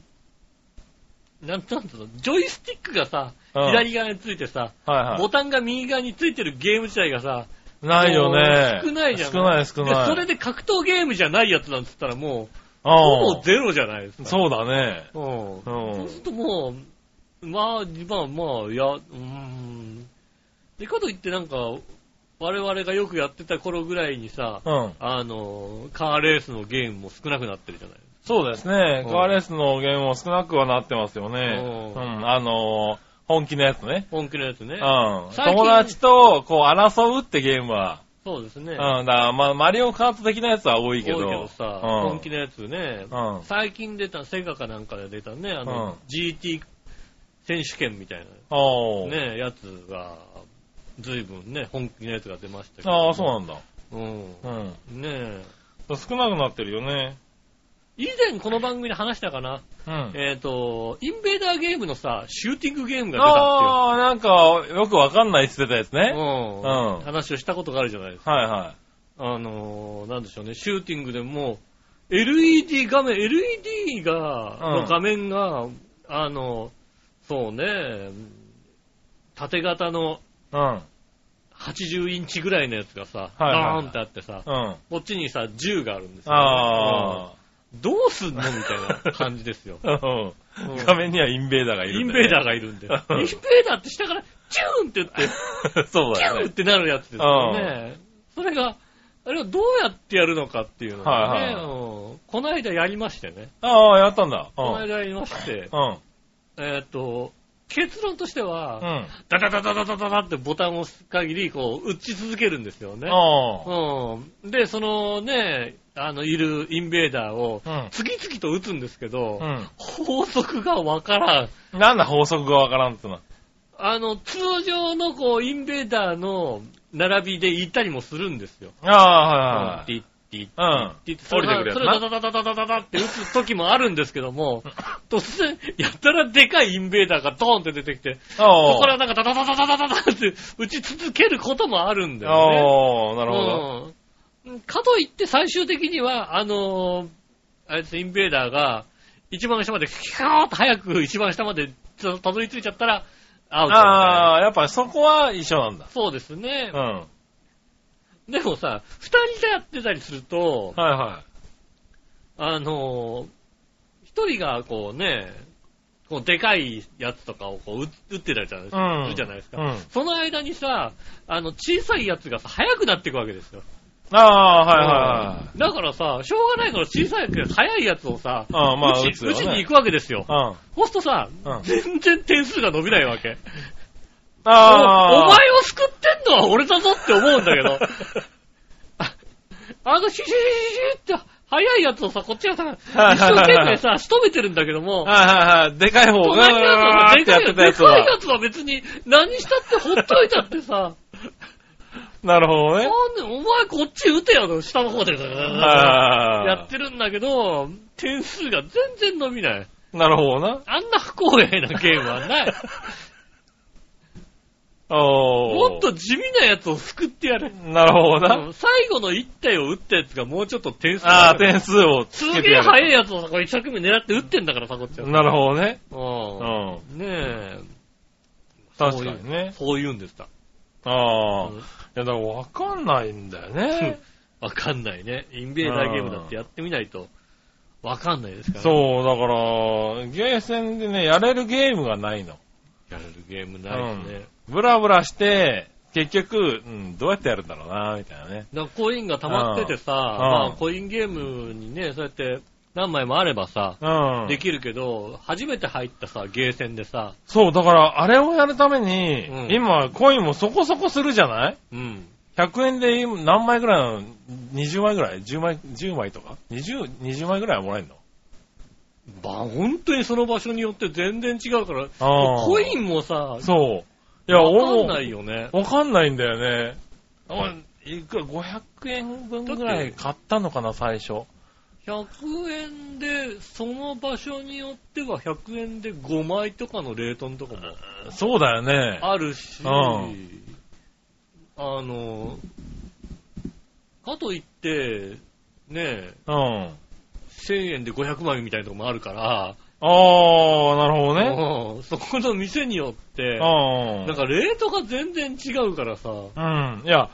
Speaker 2: なんなんつうの、ジョイスティックがさ、
Speaker 3: うん
Speaker 2: 左側についてさ、
Speaker 3: はい
Speaker 2: ボ
Speaker 3: は
Speaker 2: タンが右側についてるゲーム自体がさ、
Speaker 3: い。ないよね
Speaker 2: も。う少ないじゃん。
Speaker 3: 少ない少ない。
Speaker 2: でそれで格闘ゲームじゃないやつなんつったらも
Speaker 3: うん、
Speaker 2: う、ほぼゼロじゃないですか。
Speaker 3: そうだね。
Speaker 2: うん
Speaker 3: う
Speaker 2: そうんす。るともう、まあ、まあ、まあ、いや、うーん。で、かといってなんか、我々がよくやってた頃ぐらいにさ、
Speaker 3: うん。
Speaker 2: あの、カーレースのゲームも少なくなってるじゃない
Speaker 3: そうですね。
Speaker 2: うん
Speaker 3: カーレースのゲームも少なくはなってますよね。う
Speaker 2: うん
Speaker 3: ん。あのー、本気のやつね。
Speaker 2: 本気のやつね
Speaker 3: う。ん。
Speaker 2: 最近
Speaker 3: 友達と、こう、争うってゲームは。
Speaker 2: そうですね。
Speaker 3: うん。だから、まあ、マリオカート的なやつは多いけど。
Speaker 2: 多いけどさ、
Speaker 3: うん。
Speaker 2: 本気のやつね、
Speaker 3: うん
Speaker 2: 最近出た、セガかなんかで出たね、あの、
Speaker 3: うん
Speaker 2: GT 選手権みたい
Speaker 3: お
Speaker 2: な、
Speaker 3: ー。
Speaker 2: ね、やつが、随分ね、本気のやつが出ましたけど。
Speaker 3: ああ、そうなんだ。
Speaker 2: うん。
Speaker 3: うん。
Speaker 2: ねえ。
Speaker 3: 少なくなってるよね。
Speaker 2: 以前この番組で話したかな、
Speaker 3: うん。
Speaker 2: えっ、と、インベーダーゲームのさ、シューティングゲームが出たっ
Speaker 3: ああ、なんか、よくわかんないって言ってたやつ
Speaker 2: ていう。
Speaker 3: ね。
Speaker 2: うん
Speaker 3: うん
Speaker 2: 話をしたことがあるじゃないですか。
Speaker 3: はいは
Speaker 2: あのーなんでしょうね、シューティングでも、LED 画面、LED が、
Speaker 3: うん
Speaker 2: の画面が、あの、そうね、縦型の
Speaker 3: い。うん。
Speaker 2: 80インチぐらいのやつがさ、
Speaker 3: はいはいはい
Speaker 2: バーンってあってさ、
Speaker 3: うん。
Speaker 2: こっちにさ、銃があるんですよ、
Speaker 3: ああ。。
Speaker 2: うんどうすんのみたいな感じですよ
Speaker 3: うん
Speaker 2: うん
Speaker 3: 画面にはインベーダーがいる
Speaker 2: イ
Speaker 3: ん
Speaker 2: ン
Speaker 3: だよね。
Speaker 2: ベーダーがいるんで。インベ
Speaker 3: うん
Speaker 2: ーダーって下から、チューンって言って、
Speaker 3: そう
Speaker 2: キュ
Speaker 3: だよ
Speaker 2: ーっ
Speaker 3: ね。
Speaker 2: てなるやつですよね。それが、あれをどうやってやるのかっていうのが
Speaker 3: はい
Speaker 2: ね、
Speaker 3: はい
Speaker 2: うんこの間やりましてね。
Speaker 3: ああ、やったんだ。う
Speaker 2: この
Speaker 3: ん。
Speaker 2: 間やりまして、
Speaker 3: うん。
Speaker 2: えーっと、結論として
Speaker 3: う
Speaker 2: は、
Speaker 3: ん。
Speaker 2: ダダダダダダダダってボタンを押す限り、こう、打ち続けるんですよね。
Speaker 3: あ
Speaker 2: うん。で、そのね、あの、いるインベーダーを、
Speaker 3: あ。
Speaker 2: 次々と打つんですけど、
Speaker 3: うん。
Speaker 2: 法則がわからん。
Speaker 3: うん。なんだ法則がわからんってのは。
Speaker 2: あの、通常のこう、インベーダーの並びで行ったりもするんですよ。
Speaker 3: ああ、はい
Speaker 2: ティッティッ
Speaker 3: は
Speaker 2: ティッ
Speaker 3: うん。降りてくる
Speaker 2: そ
Speaker 3: やつ
Speaker 2: れをダ
Speaker 3: な。
Speaker 2: ダダダダダダダって打つ時もあるんですけども、突然、やったらでかいインベーダーがドーンって出てきて、
Speaker 3: あ
Speaker 2: ここからなんかダダダダダダダダって打ち続けることもあるんだよね。
Speaker 3: ああ、なるほ
Speaker 2: う
Speaker 3: ど。
Speaker 2: んかといって最終的には、あのーあいつインベーダーが、一番下まで、キャーッと早く一番下までたたどり着いちゃったら、アウトみたいな。
Speaker 3: ああ、やっぱりそこは一緒なんだ。
Speaker 2: そうですね
Speaker 3: うん。。は
Speaker 2: でもさ、二人でやってたりすると
Speaker 3: い、は
Speaker 2: あのー一人がこうね、こうでかいやつとかをこう打打ってたりじゃないですか。
Speaker 3: うん
Speaker 2: するじゃないですか、
Speaker 3: うん
Speaker 2: その間にさ、あの、小さいやつがさ、速くなっていくわけですよ。
Speaker 3: い。ああ、はいはいはい。
Speaker 2: だからさ、しょうがないから小さいやつが速いやつをさ、
Speaker 3: ああ、まあ、
Speaker 2: 打
Speaker 3: 打
Speaker 2: ち
Speaker 3: つよ
Speaker 2: 打ちに
Speaker 3: ね
Speaker 2: 行。くわけですよ
Speaker 3: う。ん。あ
Speaker 2: そうするとさ、
Speaker 3: うん
Speaker 2: 全然点数が伸びないわけ。おお
Speaker 3: あ。
Speaker 2: 前を救ってんのは俺だぞって思うんだけど。ああの、シュシュシュシュシュって、速いやつをさ、こっちが さ、一生懸命さ、仕留めてるんだけども、
Speaker 3: はいはいはい。でかい方が、
Speaker 2: 隣のやつは
Speaker 3: うわーっ
Speaker 2: で
Speaker 3: て
Speaker 2: か
Speaker 3: や
Speaker 2: いやつ、
Speaker 3: ってた
Speaker 2: で
Speaker 3: やつ
Speaker 2: かいや
Speaker 3: は。
Speaker 2: つは別に何したってほっといたって さ、
Speaker 3: なるほど
Speaker 2: な
Speaker 3: ね。
Speaker 2: んで、お前こっち打てよの、下の方でさ、
Speaker 3: ああ。
Speaker 2: やってるんだけど、点数が全然伸びない。
Speaker 3: なるほどな。
Speaker 2: あんな不公平なゲームはない。
Speaker 3: おー
Speaker 2: もっと地味なやつを救ってやれ。
Speaker 3: なるほどな。
Speaker 2: うん最後の1体を打ったやつがもうちょっと点数
Speaker 3: ああ、
Speaker 2: 上がる
Speaker 3: 点数をつ
Speaker 2: す
Speaker 3: けて
Speaker 2: げえ
Speaker 3: や
Speaker 2: 速
Speaker 3: る。
Speaker 2: いやつをさ、これ一生懸命狙って打ってんだからさ、こっちは。
Speaker 3: なるほどね。
Speaker 2: う
Speaker 3: う
Speaker 2: ん。
Speaker 3: ん。
Speaker 2: ねえ。
Speaker 3: 確かにね。
Speaker 2: そういうんですか。
Speaker 3: ああ。
Speaker 2: う
Speaker 3: い
Speaker 2: ん
Speaker 3: や、だからわかんないんだよね。
Speaker 2: わかんないね。インベーダーゲームだってやってみないと、わかんないですからね。
Speaker 3: そう、だから、ゲーセンでね、やれるゲームがないの。
Speaker 2: やれるゲームないですね。
Speaker 3: ブラブラして、結局、うん、どうやってやるんだろうな、みたいなね。
Speaker 2: だからコインが溜まっててさ、
Speaker 3: ん
Speaker 2: まあコインゲームにね、そうやって何枚もあればさ、
Speaker 3: うん。
Speaker 2: できるけど、初めて入ったさ、ゲーセンでさ、
Speaker 3: そう、だから、あれをやるために、
Speaker 2: うん
Speaker 3: 今、コインもそこそこするじゃない
Speaker 2: うん。
Speaker 3: 100円で今何枚ぐらいなの ?20 枚ぐらい ?10 枚、10枚とか ?20、20枚ぐらいはもらえるの
Speaker 2: ば、本当にその場所によって全然違うから、
Speaker 3: あー
Speaker 2: コインもさ、
Speaker 3: そう。いや、
Speaker 2: わかんな
Speaker 3: 俺
Speaker 2: いよね。
Speaker 3: もわかんないんだよね。おいくら、500円分ぐらい買ったのかな、最初。
Speaker 2: 100円で、その場所によっては100円で5枚とかの冷凍とかも
Speaker 3: そうだよね。
Speaker 2: あるし、
Speaker 3: うん
Speaker 2: あの、かといって、ねえ、
Speaker 3: うん。
Speaker 2: 1000円で500枚みたいなとこもあるから、
Speaker 3: あー、なるほどね。
Speaker 2: うんそこの店によって、
Speaker 3: うん。
Speaker 2: なんかレートが全然違うからさ、うん
Speaker 3: うん。いや、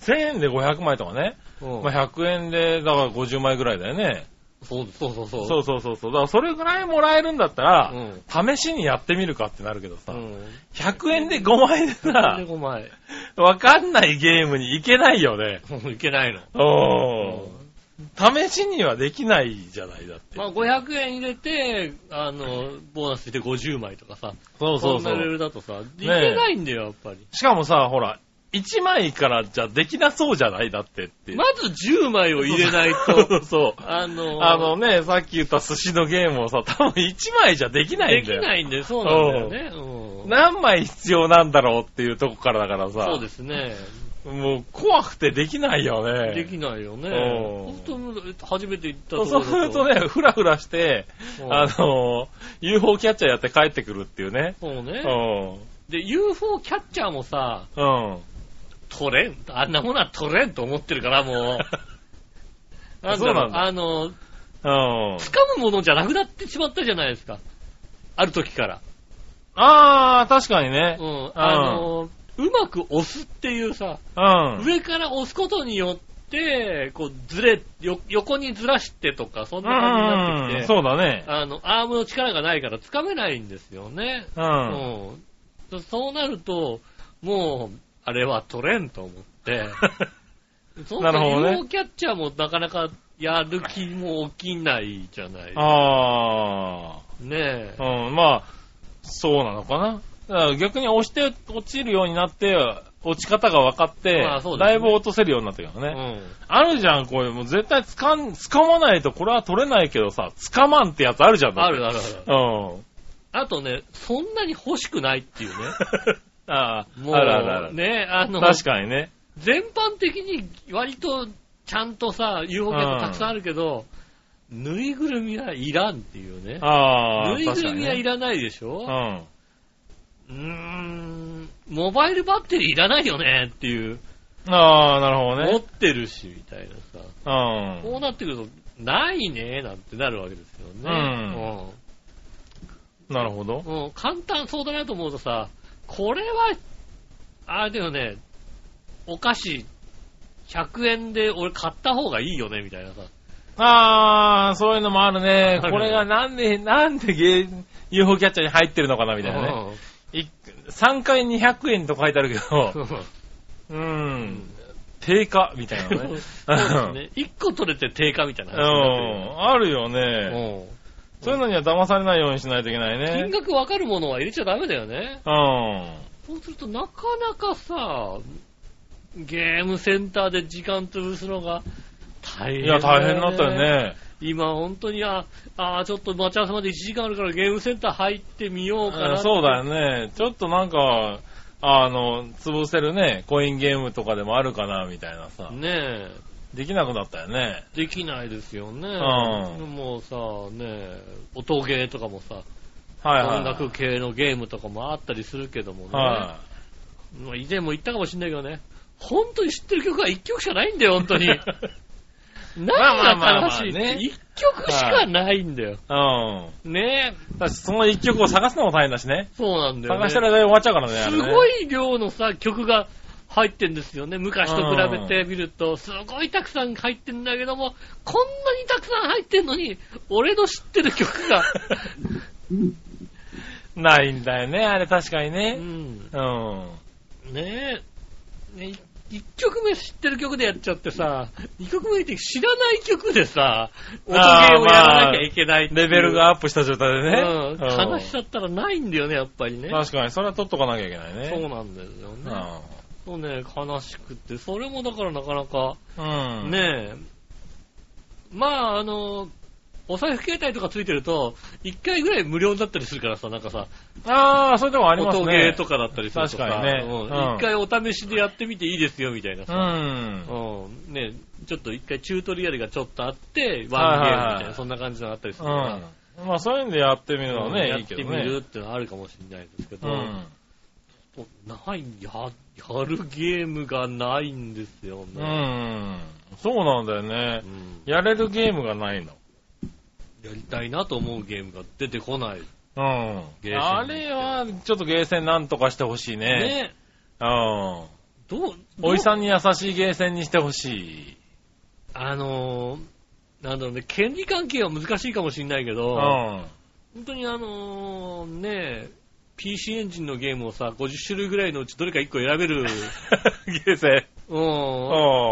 Speaker 3: 1000円で500枚とかね。まあ、100円で、だから50枚ぐらいだよね。
Speaker 2: そうそうそうそう。
Speaker 3: そうそうそうそう。だからそれぐらいもらえるんだったら、
Speaker 2: うん
Speaker 3: 試しにやってみるかってなるけどさ、
Speaker 2: うん。
Speaker 3: 100円で5枚でさ
Speaker 2: で、5枚。
Speaker 3: わかんないゲームに行けないよね。
Speaker 2: もういけないの。
Speaker 3: おー
Speaker 2: う。ん
Speaker 3: 試しにはできないじゃないだって。
Speaker 2: まあ500円入れて、あの、ボーナスで50枚とかさ、
Speaker 3: そうそうそ
Speaker 2: んなレベ
Speaker 3: う。
Speaker 2: ルだとさ、いけないんだよ、やっぱり。
Speaker 3: しかもさ、ほら、1枚からじゃできなそうじゃないだってって。
Speaker 2: まず10枚を入れない
Speaker 3: そ
Speaker 2: と
Speaker 3: う、そう。
Speaker 2: あの、
Speaker 3: あのね、さっき言った寿司のゲームをさ、多分1枚じゃできない
Speaker 2: で
Speaker 3: ん
Speaker 2: き
Speaker 3: だよ。
Speaker 2: ないんで、そうなんだよね。うん
Speaker 3: 何枚必要なんだろうっていうとこからだからさ。
Speaker 2: そうですね。
Speaker 3: もう怖くてできないよね。
Speaker 2: できないよね。
Speaker 3: う
Speaker 2: 本当初めて行った
Speaker 3: そ
Speaker 2: と
Speaker 3: う
Speaker 2: こ
Speaker 3: そ
Speaker 2: ろ
Speaker 3: う
Speaker 2: だ
Speaker 3: するとね、ふらふらして、
Speaker 2: うん
Speaker 3: あの、UFO キャッチャーやって帰ってくるっていうね。
Speaker 2: そう
Speaker 3: う
Speaker 2: ね。
Speaker 3: ん。
Speaker 2: で、UFO キャッチャーもさ、
Speaker 3: うん。
Speaker 2: 取れん、あんなものは取れんと思ってるから、 もう。なん
Speaker 3: そう
Speaker 2: だろ
Speaker 3: なん
Speaker 2: う、
Speaker 3: だ
Speaker 2: あの、
Speaker 3: うん。
Speaker 2: 掴むものじゃなくなってしまったじゃないですか。ある時から。
Speaker 3: あー、確かにね
Speaker 2: う。ん。あの、うまく押すっていうさ、
Speaker 3: うん。
Speaker 2: 上から押すことによって、こう、ずれ、よ横にずらしてとか、そんな感じになってき
Speaker 3: うん
Speaker 2: て、
Speaker 3: そうだね。
Speaker 2: あの、アームの力がないから掴めないんですよね。
Speaker 3: う。
Speaker 2: うんそそうなると、もう、あれは取れんと思 って。そう
Speaker 3: なるほどね
Speaker 2: UFO キャッチャーもなかなかやる気も起きないじゃない。
Speaker 3: あ
Speaker 2: ねえ。
Speaker 3: ー。うん、まあ、そうなのかな。だから逆に押して落ちるようになって、落ち方が分かって、
Speaker 2: まあそうですね
Speaker 3: だいぶ落とせるようになってるから
Speaker 2: う
Speaker 3: ね。
Speaker 2: ん
Speaker 3: あるじゃん、これ。もう絶対つかん、つかまないとこれは取れないけどさ、つかまんってやつあるじゃん。
Speaker 2: あるあるある。
Speaker 3: うん。
Speaker 2: あとね、そんなに欲しくないっていうね。
Speaker 3: ああ、
Speaker 2: もう、
Speaker 3: あるあるある。
Speaker 2: ね、あの、
Speaker 3: 確かにね。
Speaker 2: 全般的に割とちゃんとさ、UFO キャッチャーたくさんあるけど、ぬいぐるみはいらんっていうね。
Speaker 3: ああ、
Speaker 2: ぬいぐるみはい
Speaker 3: る。
Speaker 2: らないでしょ、
Speaker 3: うん。
Speaker 2: うーん、モバイルバッテリーいらないよねっていう、
Speaker 3: ああ、なるほど
Speaker 2: 持っ
Speaker 3: ね。
Speaker 2: てるし、みたいなさ。
Speaker 3: うん。
Speaker 2: こうなってくると、ないねなんてなるわけですよね。
Speaker 3: なるほど。
Speaker 2: うん。うん。簡単そうだなと思うとさ、これは、あれだよね、お菓子、100円で俺買った方がいいよね、みたいなさ。
Speaker 3: ああ、そういうのもあるね。
Speaker 2: ある
Speaker 3: これがなんで、なんでゲー UFO キャッチャーに入ってるのかな、みたいなね。い3回200円と書いてあるけ
Speaker 2: う
Speaker 3: ど、
Speaker 2: ん。
Speaker 3: うん。定価、みたいなね。
Speaker 2: そうです ね。1個取れて定価みたいな
Speaker 3: う
Speaker 2: 話になっ
Speaker 3: ん。あるよ
Speaker 2: てる
Speaker 3: ね。
Speaker 2: よね。
Speaker 3: そういうのには騙されないようにしないといけない
Speaker 2: うん。金
Speaker 3: ね。
Speaker 2: 額わかるものは入れちゃダメだよね。
Speaker 3: う
Speaker 2: そ
Speaker 3: ん。
Speaker 2: うするとなかなかさ、ゲームセンターで時間潰すのが大変
Speaker 3: いや、大変だったよ。ね。
Speaker 2: 今本当に、あ、あちょっと待ち合わせまで1時間あるからゲームセンター入ってみようかなって。
Speaker 3: そうだよね。ちょっとなんか、あの、潰せるね、コインゲームとかでもあるかな、みたいなさ。
Speaker 2: ねえ。
Speaker 3: できなくなったよね。
Speaker 2: できないですよね。
Speaker 3: うん
Speaker 2: もうさ、ねえ、音ゲーとかもさ、
Speaker 3: はいはい。
Speaker 2: 音楽系のゲームとかもあったりするけどもね。
Speaker 3: は
Speaker 2: まあ以前も言ったかもしれないけどね、本当に知ってる曲は1曲しかないんだよ、本当 に。何が楽しいっ
Speaker 3: まあまあまあまあ
Speaker 2: て
Speaker 3: ね
Speaker 2: 1曲しかないんだよ。
Speaker 3: い。う
Speaker 2: ねえ、
Speaker 3: ん。だし、その一曲を探すのも大変だしね。
Speaker 2: そうなんだよ、ね。
Speaker 3: 探してる間に終わっちゃうからね。あれ
Speaker 2: す
Speaker 3: ね
Speaker 2: ごい量のさ、曲が入ってんですよね。昔と比べてみると、すごいたくさん入ってんだけども、こんなにたくさん入ってんのに、俺の知ってる曲が。
Speaker 3: ないんだよね、あれ確かに
Speaker 2: う
Speaker 3: ね。
Speaker 2: ん、
Speaker 3: うん。
Speaker 2: ねえ、ね、1 1曲目知ってる曲でやっちゃってさ、2曲目って知らない曲でさ、音ゲ
Speaker 3: あー
Speaker 2: ーをやらなきゃいけないっていう
Speaker 3: レベルがアップした状態でね。
Speaker 2: うん、悲しさったらないんだよね、やっぱりね。
Speaker 3: 確かに、それは取っとかなきゃいけないね。
Speaker 2: そうなんですよね。そうね、悲しくって、それもだからなかなか、
Speaker 3: うん。うん。
Speaker 2: ねえ、まあ、あの、お財布携帯とかついてると、1回ぐらい無料だったりするからさ、なんかさ、
Speaker 3: ああ、そういうとこありますね。
Speaker 2: 音ゲーとかだったりするとさ、
Speaker 3: 確かにね
Speaker 2: うん
Speaker 3: うん
Speaker 2: 一回お試しでやってみていいですよ、みたいな
Speaker 3: う
Speaker 2: さ。
Speaker 3: ん。
Speaker 2: うんね、ちょっと一回チュートリアルがちょっとあって、ワンゲームみたいな、
Speaker 3: はいはい
Speaker 2: そんな感じのがあったりす
Speaker 3: う
Speaker 2: るから、
Speaker 3: ん。まあ、そういうんでやってみるのはね、
Speaker 2: や
Speaker 3: いい
Speaker 2: っ
Speaker 3: け
Speaker 2: て
Speaker 3: ど
Speaker 2: み
Speaker 3: ね。
Speaker 2: るっていうのはあるかもしれないですけ
Speaker 3: う
Speaker 2: ど、
Speaker 3: ん。
Speaker 2: おない、や、やるゲームがないんですよ
Speaker 3: う
Speaker 2: ね。
Speaker 3: ん。そうなんだよね
Speaker 2: う。ん
Speaker 3: やれるゲームがないの。
Speaker 2: やりたいなと思うゲームが出てこない。
Speaker 3: う
Speaker 2: ゲーセンに
Speaker 3: ん。
Speaker 2: 行って
Speaker 3: あれは、ちょっとゲーセンなんとかしてほしいね。
Speaker 2: ね
Speaker 3: うん。
Speaker 2: どう、
Speaker 3: おじさ
Speaker 2: ん
Speaker 3: んに優しいゲーセンにしてほしい。
Speaker 2: あのー、なんだろうね、権利関係は難しいかもしれないけ
Speaker 3: う
Speaker 2: ど、
Speaker 3: ん。
Speaker 2: 本
Speaker 3: はい
Speaker 2: 当にあのー、ね PC エンジンのゲームをさ、50種類ぐらいのうちどれか1個選べ る。
Speaker 3: ゲーセン。
Speaker 2: うん。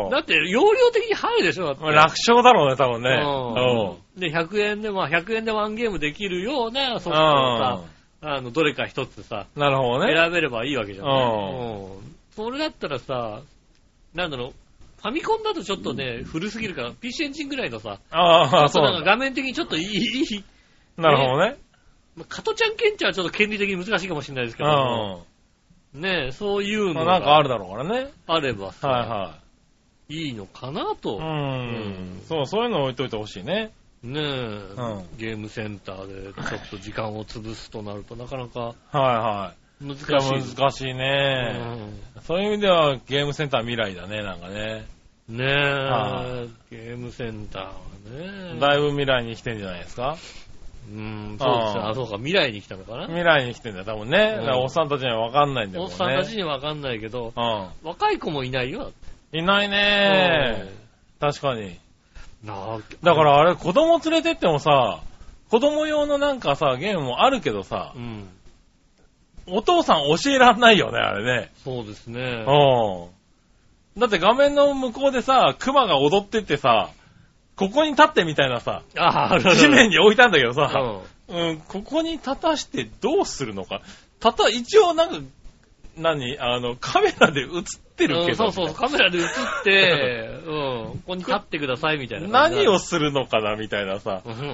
Speaker 3: うん。
Speaker 2: だって、容量的に入るでしょだって。
Speaker 3: 楽勝だろうね、多分ね。
Speaker 2: うん。で、100円で、まあ、100円でワンゲームできるようなソフトをさ、あの、どれか一つさ、
Speaker 3: うん。なるほどね。
Speaker 2: 選べればいいわけじゃない。うん。それだったらさ、なんだろう、ファミコンだとちょっとね、古すぎるから、PC エンジンぐらいのさ、
Speaker 3: ああ、そう
Speaker 2: なん
Speaker 3: な
Speaker 2: か
Speaker 3: んだ。
Speaker 2: 画面的にちょっといい、いい、
Speaker 3: なるほどね。
Speaker 2: まあ加トちゃんケンチャーはちょっと権利的に難しいかもしれないですけ
Speaker 3: う
Speaker 2: ども、
Speaker 3: ん。
Speaker 2: ねそういう
Speaker 3: ま
Speaker 2: の
Speaker 3: あなんかあ
Speaker 2: が
Speaker 3: るだろうからね。
Speaker 2: あればさ、
Speaker 3: はいはい
Speaker 2: いのかなと。
Speaker 3: い。うん。そう、そういうの置いといてほしいね。
Speaker 2: ねえ、
Speaker 3: うん
Speaker 2: ゲームセンターでちょっと時間を潰すとなるとなかなか
Speaker 3: は
Speaker 2: 難しい
Speaker 3: い。はい。いや、難しいね。
Speaker 2: ね。
Speaker 3: そういう意味では、ゲームセンター未来だね、なんかね。
Speaker 2: うんね
Speaker 3: は
Speaker 2: え、ゲームセンターはね。
Speaker 3: だいぶ未来に来てんじゃないですか
Speaker 2: うん、そうですね。
Speaker 3: ああ
Speaker 2: あ、そうか、未来に来たのかな。
Speaker 3: 未来に来てんだよ、多分ね。
Speaker 2: うん
Speaker 3: だからおっさんたちには分かんないんだよ、
Speaker 2: おっ
Speaker 3: もうね
Speaker 2: さんたちにはわかんないけど、若い子もいないよ。
Speaker 3: うん。いないね確かに。
Speaker 2: うんなあ
Speaker 3: だからあれ、子供連れてってもさ、子供用のなんかさ、ゲームもあるけどさ
Speaker 2: う、ん、
Speaker 3: お父さん教えらんないよね、あれね。
Speaker 2: そうですね。
Speaker 3: うん。だって画面の向こうでさ、熊が踊ってってさ、ここに立ってみたいなさ、
Speaker 2: あ、あるある
Speaker 3: 地面に置いたんだけど
Speaker 2: う
Speaker 3: さ、
Speaker 2: ん
Speaker 3: うん、ここに立たしてどうするのか。たた、一応なんか、何あの、カメラで映ってる
Speaker 2: う
Speaker 3: け
Speaker 2: ん
Speaker 3: ど、
Speaker 2: そうそう、カメラで映って、うん、ここに立ってくださいみたいな感じ
Speaker 3: 何をするのかなみたいなさ。
Speaker 2: う
Speaker 3: うん
Speaker 2: ん。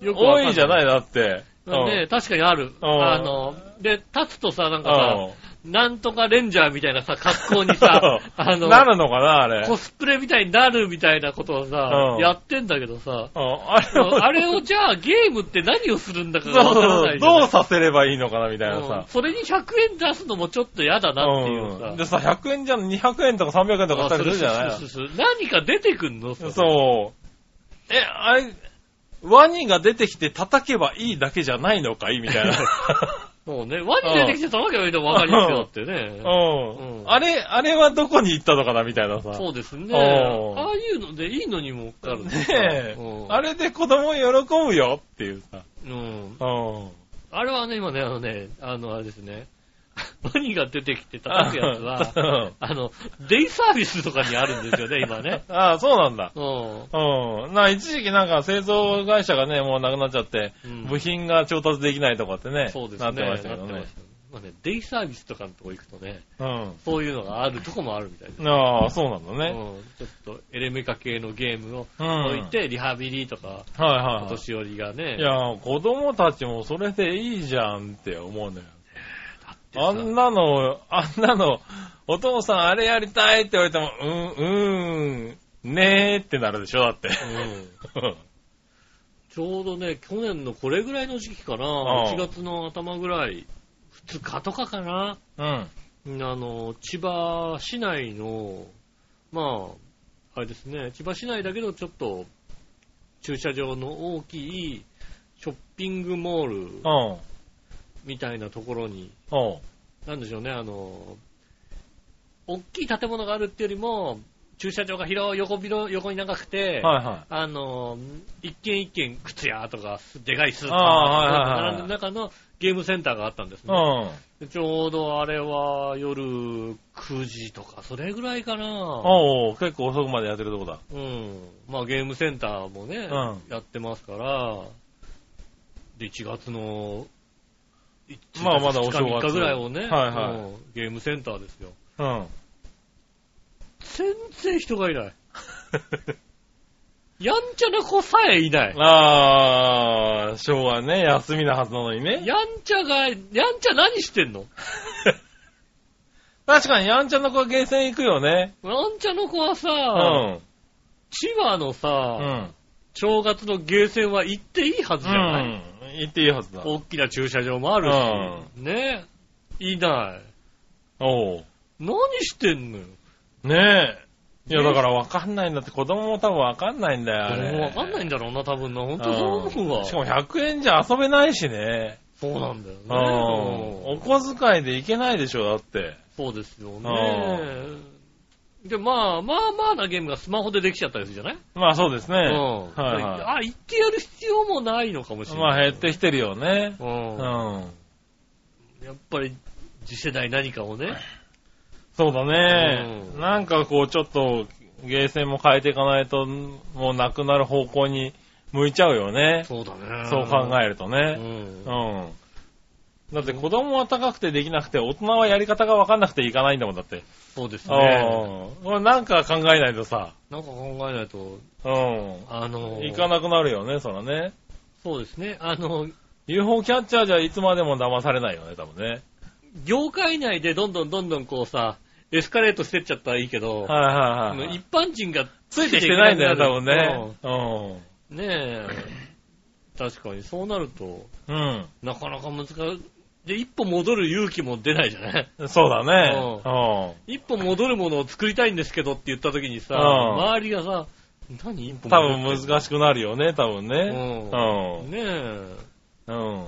Speaker 2: よくわ
Speaker 3: 多
Speaker 2: かんない
Speaker 3: いじゃないだって。
Speaker 2: うんね、確かにある。
Speaker 3: うん
Speaker 2: あの、で、立つとさ、なん
Speaker 3: うん、
Speaker 2: かさ、なんとかレンジャーみたいなさ、格好にさ あの、
Speaker 3: なるのかなあれ。
Speaker 2: コスプレみたいになるみたいなことをさ
Speaker 3: う、ん
Speaker 2: やってんだけどさ、
Speaker 3: うんあ
Speaker 2: う
Speaker 3: れ
Speaker 2: ん
Speaker 3: を、
Speaker 2: あれをじゃあゲームって何をするんだか
Speaker 3: そう
Speaker 2: がわ
Speaker 3: そ
Speaker 2: からな
Speaker 3: う
Speaker 2: いじゃん
Speaker 3: どうさせればいいのかなみたいな
Speaker 2: うん
Speaker 3: さ。
Speaker 2: それに100円出すのもちょっと嫌だなっていうさ
Speaker 3: うん。でさ、100円じゃん、200円とか300円とかしたりするじゃ
Speaker 2: あ
Speaker 3: な
Speaker 2: そうそうそうそう何か出てくんの
Speaker 3: いそう。え、あれ、ワニが出てきて叩けばいいだけじゃないのかいみたいな。
Speaker 2: そうね。ワニ出てきてたわけばいいのもわかりますよだって ね。
Speaker 3: うん
Speaker 2: うん
Speaker 3: あれ、あれはどこに行ったのかなみたいなさ。
Speaker 2: そうですね。
Speaker 3: うん
Speaker 2: ああいうのでいいのにもかかるんですよ
Speaker 3: ねえ
Speaker 2: う。ん
Speaker 3: あれで子供喜ぶよっていうさ。
Speaker 2: うん。
Speaker 3: うん。
Speaker 2: あれはね、今ね、あのね、あの、あれですね。 ワニが出てきて叩くやつは、
Speaker 3: うん
Speaker 2: あの、デイサービスとかにあるんですよね、今ね。
Speaker 3: ああ、 そうなんだ。
Speaker 2: うん。
Speaker 3: うん。な、一時期なんか製造会社がね、もうなくなっちゃって、
Speaker 2: うん
Speaker 3: 部品が調達できないとかってね、
Speaker 2: そうですね。
Speaker 3: なってましたけ
Speaker 2: な
Speaker 3: ど
Speaker 2: って
Speaker 3: ね
Speaker 2: ま。したまあね、デイサービスとかのとこ行くとね、
Speaker 3: うん。
Speaker 2: そういうのがあるとこもあるみたいです。
Speaker 3: ああ、そうなんだ
Speaker 2: う
Speaker 3: ね。
Speaker 2: ん、ちょっとエレメカ系のゲームを
Speaker 3: うん。
Speaker 2: 置い
Speaker 3: はい
Speaker 2: て、リハビリとか、お
Speaker 3: はい。
Speaker 2: 年寄りがね、
Speaker 3: いや、子供たちもそれでいいじゃんって思うのよ。
Speaker 2: ってさ
Speaker 3: あんなの、あんなの、お父さんあれやりたいって言われても、うん、うん、ねーってなるでしょ、だって。
Speaker 2: うんちょうどね、去年のこれぐらいの時期かな、
Speaker 3: うん
Speaker 2: 1月の頭ぐらい、2日とかかな、
Speaker 3: うん。
Speaker 2: あの、千葉市内の、まあ、あれですね、千葉市内だけどちょっと、駐車場の大きいショッピングモール
Speaker 3: うん。
Speaker 2: みたいなところに、
Speaker 3: うん。
Speaker 2: なんでしょうね、あの、大きい建物があるってよりも、駐車場が広い、横広、横に長くて、
Speaker 3: はいはい。
Speaker 2: あの、一軒一軒靴屋とか、でかいスーパー
Speaker 3: あ
Speaker 2: が
Speaker 3: ーはいはいはい
Speaker 2: 並んでる中のゲームセンターがあったんですね。
Speaker 3: うん。
Speaker 2: でちょうどあれは夜9時とか、それぐらいかな。
Speaker 3: おお結構遅くまでやってるとこだ。
Speaker 2: うん。まあゲームセンターもね、
Speaker 3: う
Speaker 2: やってますから、で、1月の、
Speaker 3: まあまだ
Speaker 2: 2
Speaker 3: お
Speaker 2: 日
Speaker 3: 正
Speaker 2: 3
Speaker 3: 月
Speaker 2: 日ぐらいをね、
Speaker 3: はいはい
Speaker 2: うんゲームセンターですよ。
Speaker 3: うん。
Speaker 2: 全然人がいない。やんちゃな子さえいない。
Speaker 3: あー、昭和ね、休みなはずなのにね。
Speaker 2: やんちゃが、やんちゃ何してんの
Speaker 3: 確かに、やんちゃんの子はゲーセン行くよね。
Speaker 2: やんちゃの子はさ、
Speaker 3: うん。
Speaker 2: 千葉の
Speaker 3: う
Speaker 2: さ、
Speaker 3: ん。
Speaker 2: 正月のゲーセンは行っていいはず
Speaker 3: う
Speaker 2: じゃない、
Speaker 3: ん。行っていいはずだ。
Speaker 2: 大きな駐車場もあるし、ねいない。
Speaker 3: おう
Speaker 2: 何してんのよ。
Speaker 3: ねえ。いや、
Speaker 2: ね
Speaker 3: だから分かんないんだって、子供も多分分かんないんだよ、あれ。
Speaker 2: もうわかんないんだろうな、多分な。本当そう思う
Speaker 3: うん
Speaker 2: わ。
Speaker 3: しかも100円じゃ遊べないしね。
Speaker 2: そうなんだよね。
Speaker 3: うん。お小遣いで行けないでしょ、だって。
Speaker 2: そうですよね。で、まあ、まあまあなゲームがスマホでできちゃったりするじゃない、
Speaker 3: まあそうですね。
Speaker 2: うん。
Speaker 3: はいは
Speaker 2: あ、行ってやる必要もないのかもし
Speaker 3: い。
Speaker 2: れ
Speaker 3: ま
Speaker 2: ない。
Speaker 3: あ減ってきてるよね。
Speaker 2: う。
Speaker 3: うんん。
Speaker 2: やっぱり、次世代何かをね。
Speaker 3: そうだね。
Speaker 2: うん
Speaker 3: なんかこうちょっとゲーセンも変えていかないと、もうなくなる方向に向いちゃうよね。
Speaker 2: そうだね。
Speaker 3: そう考えると
Speaker 2: えう
Speaker 3: ね。
Speaker 2: ん
Speaker 3: う。ん。だって子供は高くてできなくて、大人はやり方が分かんなくていかないんだもん、だって。
Speaker 2: そうですね。
Speaker 3: うん。これなんか考えないとさ、
Speaker 2: なんか考えないと、
Speaker 3: うん。
Speaker 2: あの、
Speaker 3: 行かなくなるよね、そらね。
Speaker 2: そうですね。あの、
Speaker 3: UFO キャッチャーじゃいつまでも騙されないよね、多分ね。
Speaker 2: 業界内でどんどんどんどんこうさ、エスカレートしてっちゃったらいいけど、
Speaker 3: はい
Speaker 2: あ
Speaker 3: はいは
Speaker 2: の
Speaker 3: い。
Speaker 2: 一般人が
Speaker 3: ついてきてないんだよ、多分ね
Speaker 2: ね。。
Speaker 3: うん。
Speaker 2: うんねえ。確かに、そうなると、
Speaker 3: うん。
Speaker 2: なかなか難しい。で、一歩戻る勇気も出ないじゃない
Speaker 3: そうだね。
Speaker 2: う
Speaker 3: う
Speaker 2: 一歩戻るものを作りたいんですけどって言った時にさ、
Speaker 3: うん
Speaker 2: 周りがさ、何一歩
Speaker 3: ん。多分
Speaker 2: 戻るって
Speaker 3: 難しくなるよね、多分
Speaker 2: ね
Speaker 3: ね。
Speaker 2: え。
Speaker 3: うん。うん。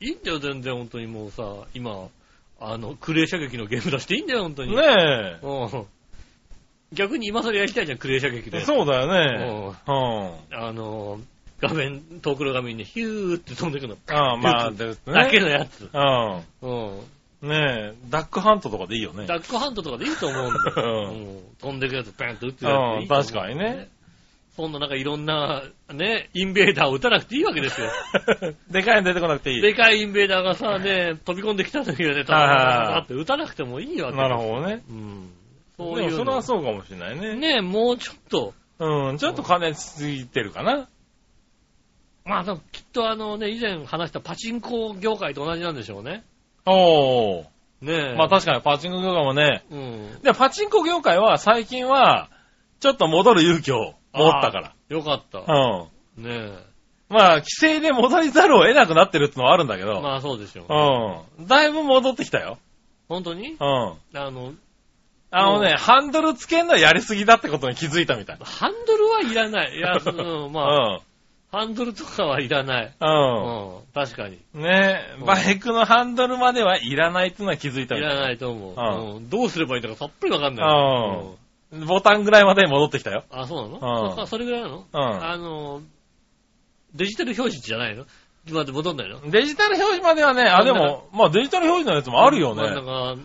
Speaker 2: いいんだよ、全然、本当にもうさ、今、あの、クレー射撃のゲーム出していいんだよ、本当に。
Speaker 3: ね
Speaker 2: うん。逆に今更やりたいじゃん、クレー射撃
Speaker 3: え。
Speaker 2: で。
Speaker 3: そうだよね。
Speaker 2: う
Speaker 3: うん。
Speaker 2: ん。あの、画面、遠くの画面にヒューって飛んでくの。
Speaker 3: ああ、まあ、
Speaker 2: よ
Speaker 3: です
Speaker 2: だけ
Speaker 3: ね。
Speaker 2: のやつ。
Speaker 3: うん。
Speaker 2: うん。
Speaker 3: ねえ、ダックハントとかでいいよね。
Speaker 2: ダックハンドとかでいいと思うんだ よ。
Speaker 3: う
Speaker 2: うん飛んでくやつ、バンと撃ってるやつでいいと思うんだよ
Speaker 3: うん確かにね。
Speaker 2: そんななんかいろんな、ね、インベーダーを撃たなくていいわけですよ。
Speaker 3: でかいの出てこなくていい。
Speaker 2: でかいインベーダーがさ、ね、飛び込んできた時はね、
Speaker 3: はいはいはい
Speaker 2: だって撃たなくてもいいわけですよ
Speaker 3: なるほどね。
Speaker 2: うん。
Speaker 3: で
Speaker 2: そうい
Speaker 3: も
Speaker 2: うの。
Speaker 3: それはそうかもしれないね。
Speaker 2: ねえ、もうちょっと。
Speaker 3: うん、ちょっと金ついてるかな。
Speaker 2: まあ、でもきっとあのね、以前話したパチンコ業界と同じなんでしょうね。
Speaker 3: おー。
Speaker 2: ねえ。
Speaker 3: まあ確かにパチンコ業界もね、
Speaker 2: うん。
Speaker 3: で、パチンコ業界は最近は、ちょっと戻る勇気を持ったか
Speaker 2: よかった。
Speaker 3: ら。うん。
Speaker 2: ねえ。
Speaker 3: まあ、規制で戻りざるを得なくなってるってのはあるんだけど、
Speaker 2: まあ、そうでしょう。
Speaker 3: うん。だいぶ戻ってきたよ。
Speaker 2: 本当に
Speaker 3: うん。
Speaker 2: あの、
Speaker 3: あの
Speaker 2: う
Speaker 3: ね、ハンドルつけんのやりすぎだってことに気づいたみたい。
Speaker 2: ハンドルはいらない。 いや、うん、
Speaker 3: う
Speaker 2: まあ、
Speaker 3: ん。
Speaker 2: ハンドルとかはいらない。う、
Speaker 3: うん
Speaker 2: 確かに。い
Speaker 3: ん。ね
Speaker 2: うん
Speaker 3: バイクのハンドルまではいらないってのは気づいたみた
Speaker 2: ら
Speaker 3: い。
Speaker 2: ないと思
Speaker 3: うん
Speaker 2: う。うん、どうすればいいのかさっぱりわかんない。
Speaker 3: うん
Speaker 2: ん
Speaker 3: ボタンぐらいまで戻ってきたよ。
Speaker 2: あ、そうなの
Speaker 3: うん
Speaker 2: そっかそれぐらいなの
Speaker 3: う
Speaker 2: あの、デジタル表示じゃないのまで戻んないの
Speaker 3: ん。デジタル表示まではね、あ、でも、まあデジタル表示のやつもあるよね。
Speaker 2: 真ん中の。
Speaker 3: いや、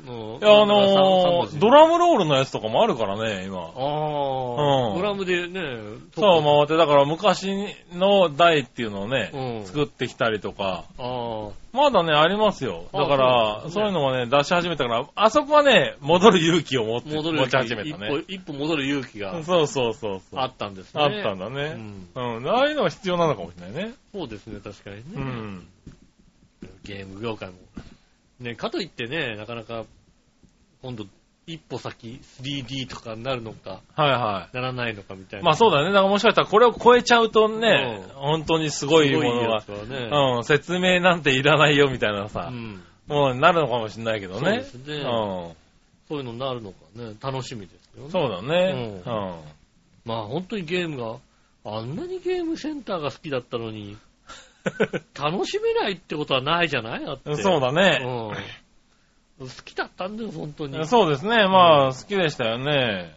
Speaker 3: あのー、ド
Speaker 2: ラ
Speaker 3: ラムロールのやつとかもあるからね、今。
Speaker 2: ああ、
Speaker 3: うん
Speaker 2: ドラムでね、
Speaker 3: そう、
Speaker 2: も
Speaker 3: 回って、だから昔の台っていうのをね、
Speaker 2: うん
Speaker 3: 作ってきたりとか、
Speaker 2: あ
Speaker 3: まだね、ありますよ。
Speaker 2: あ
Speaker 3: だか
Speaker 2: そうなんです
Speaker 3: ら、
Speaker 2: ね
Speaker 3: そういうのもね、出し始めたから、あそこはね、戻る勇気を持っ
Speaker 2: あ、
Speaker 3: て、
Speaker 2: 戻る
Speaker 3: 持ち
Speaker 2: 勇気
Speaker 3: 始めたね。
Speaker 2: 一歩、一歩戻る勇気が
Speaker 3: そうそうそうそう。
Speaker 2: あったんですね。
Speaker 3: あったん
Speaker 2: だ
Speaker 3: だ
Speaker 2: う
Speaker 3: ね、
Speaker 2: ん。
Speaker 3: うん。ああいうのが必要なのかもしれないね。
Speaker 2: そうですね、確かに
Speaker 3: う
Speaker 2: ね。
Speaker 3: ん。
Speaker 2: ゲーム業界も。ね、かといってね、なかなか、今度、一歩先、3D とかになるのか、
Speaker 3: はいは
Speaker 2: ならないのかみたい
Speaker 3: い。
Speaker 2: な。
Speaker 3: まあそうだね。だからもしかしたらこれを超えちゃうとね、
Speaker 2: うん
Speaker 3: 本当にすごい
Speaker 2: す
Speaker 3: も
Speaker 2: ごい
Speaker 3: の
Speaker 2: や
Speaker 3: が
Speaker 2: つ、はね。
Speaker 3: うん、説明なんていらないよみたいなさ、
Speaker 2: うん
Speaker 3: もうなるのかもしれないけどね。
Speaker 2: そうですね
Speaker 3: うん。
Speaker 2: そういうのになるのかね、楽しみですよね。
Speaker 3: そうだね。
Speaker 2: う
Speaker 3: うん。
Speaker 2: まあ本当にゲームが、あんなにゲームセンターが好きだったのに、楽しめないってことはないじゃないだって。
Speaker 3: そうだね。
Speaker 2: うん。好きだったんだよ、本当に。
Speaker 3: そうですね。まあ、好きでしたよね。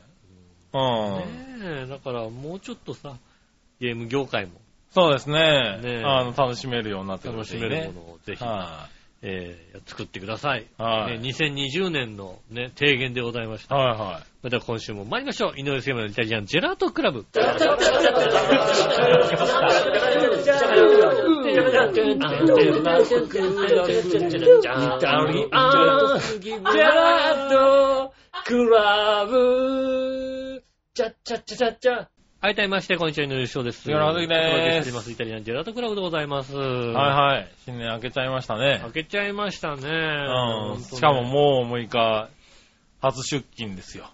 Speaker 3: うん。
Speaker 2: ねえ、だからもうちょっとさ、ゲーム業界も
Speaker 3: そうですね。
Speaker 2: ねえ
Speaker 3: あの、楽しめるようになってく
Speaker 2: 楽
Speaker 3: る
Speaker 2: し
Speaker 3: といい
Speaker 2: め
Speaker 3: ね
Speaker 2: るものをぜひ、
Speaker 3: は
Speaker 2: えー作ってください。
Speaker 3: い。はい。
Speaker 2: ね2020年のね、提言でございました。
Speaker 3: はいは
Speaker 2: それでは今週も参りましょう。井上杉村のイタリアンジェラートクラブ。はい、改めまして、こんにちは、井上翔です。
Speaker 3: 杉村和樹です
Speaker 2: お届けしております。イタリアンジェラートクラブでございます。
Speaker 3: い。
Speaker 2: は
Speaker 3: はいはい。新年明けちゃいましたね
Speaker 2: 開。けちゃいましたね。
Speaker 3: うん。
Speaker 2: 本当ね
Speaker 3: しかももう6日、初出勤ですよ。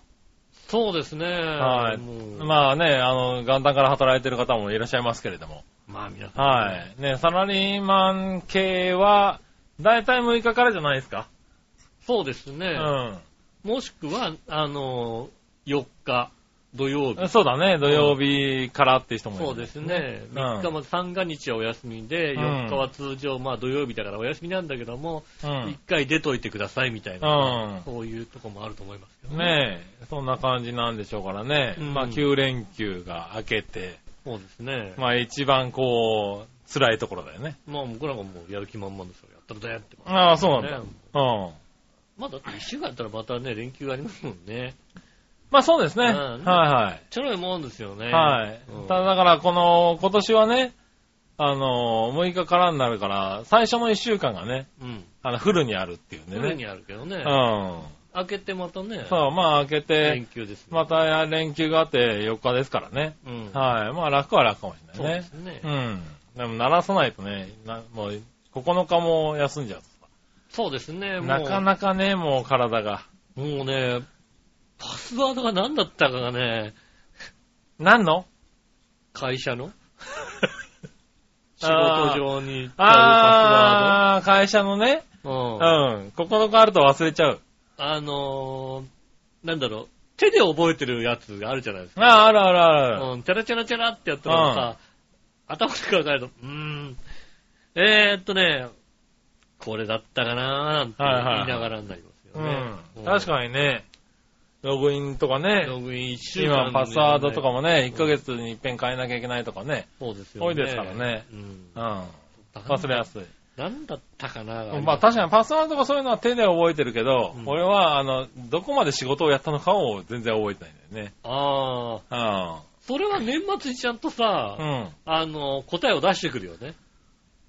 Speaker 2: そうですね。
Speaker 3: はい。
Speaker 2: もうまあ、
Speaker 3: まあね、あの、元旦から働いてる方もいらっしゃいますけれども。
Speaker 2: 皆さん。
Speaker 3: はい。ね、サラリーマン系は、だいたい6日からじゃないですか。
Speaker 2: そうですね。
Speaker 3: う
Speaker 2: もしくは、あの、4日土曜
Speaker 3: ん。
Speaker 2: 日。
Speaker 3: そうだね、土曜日からって人もいる
Speaker 2: そうです。ね。
Speaker 3: うん
Speaker 2: 3日まで三が日はお休みで、
Speaker 3: うん
Speaker 2: 4日は通常、まあ土曜日だからお休みなんだけども、
Speaker 3: う
Speaker 2: 1
Speaker 3: ん。
Speaker 2: 回出といてくださいみたいな
Speaker 3: う、ん
Speaker 2: そういうとこもあると思いますけどね。
Speaker 3: ねえ、そんな感じなんでしょうからね。
Speaker 2: うん
Speaker 3: まあ9連休が明けて、
Speaker 2: そうですね。
Speaker 3: まあ一番こう、辛いところだよね。
Speaker 2: まあ僕なんかもうやる気満々ですよ。やったらだやってます。
Speaker 3: ああ、そうなんだ。
Speaker 2: ね
Speaker 3: うん。
Speaker 2: まあだって1週間やったらまたね、連休がありますもんね。
Speaker 3: まあそうですね。
Speaker 2: う
Speaker 3: は
Speaker 2: ん
Speaker 3: いは
Speaker 2: ちょろいもんですよね。
Speaker 3: い。はい
Speaker 2: うん。
Speaker 3: ただだからこの、今年はね、あの、6日からになるから、最初の1週間がね、
Speaker 2: うん。
Speaker 3: あの、フルにあるっていうんで
Speaker 2: 常
Speaker 3: ね。
Speaker 2: にあるけどね。
Speaker 3: うん。
Speaker 2: 開けてまたね、
Speaker 3: そう、まあ明け
Speaker 2: 連
Speaker 3: て、
Speaker 2: 休ですね。
Speaker 3: また連休があって4日ですからね。
Speaker 2: うん。
Speaker 3: はい。まあ楽は楽かもしれ
Speaker 2: そう
Speaker 3: な
Speaker 2: で
Speaker 3: いね
Speaker 2: す。ね
Speaker 3: う。ん。でも鳴らさないとね、なもう9日も休んじゃうとさ
Speaker 2: そうですね。もう
Speaker 3: なかなかね、もう体が。
Speaker 2: もうね、パスワードが何だったかがね、
Speaker 3: なん の
Speaker 2: 会社の仕
Speaker 3: あー
Speaker 2: 事上に使うパ
Speaker 3: あー、会社のね、
Speaker 2: スワ
Speaker 3: う
Speaker 2: ード。うん。
Speaker 3: ん。9日あると忘れちゃう。
Speaker 2: あのー、なんだろう、手で覚えてるやつがあるじゃないですか。
Speaker 3: ああ、あるあるある。
Speaker 2: うん、チャラチャラチャラってやったらさ、頭で考えると、うーん、えーっとね、これだったかなーなんて言
Speaker 3: はいはいはい
Speaker 2: いながらになりますよね。
Speaker 3: うん。確かにね、ログインとかね、
Speaker 2: ログイン一週間
Speaker 3: 今パスワードとかもね、
Speaker 2: ん
Speaker 3: 1ヶ月に一遍変えなきゃいけないとかね。
Speaker 2: そうですよね。
Speaker 3: 多いですからね
Speaker 2: うん。
Speaker 3: うん。忘れやすい。
Speaker 2: なんだったかな
Speaker 3: まあ確かにパスワードとかそういうのは手で覚えてるけど、
Speaker 2: うん
Speaker 3: 俺は、あの、どこまで仕事をやったのかを全然覚えてないんだよね。
Speaker 2: ああ、
Speaker 3: う
Speaker 2: それは年末にちゃんとさ、
Speaker 3: ん。うん。
Speaker 2: あの、答えを出してくるよね。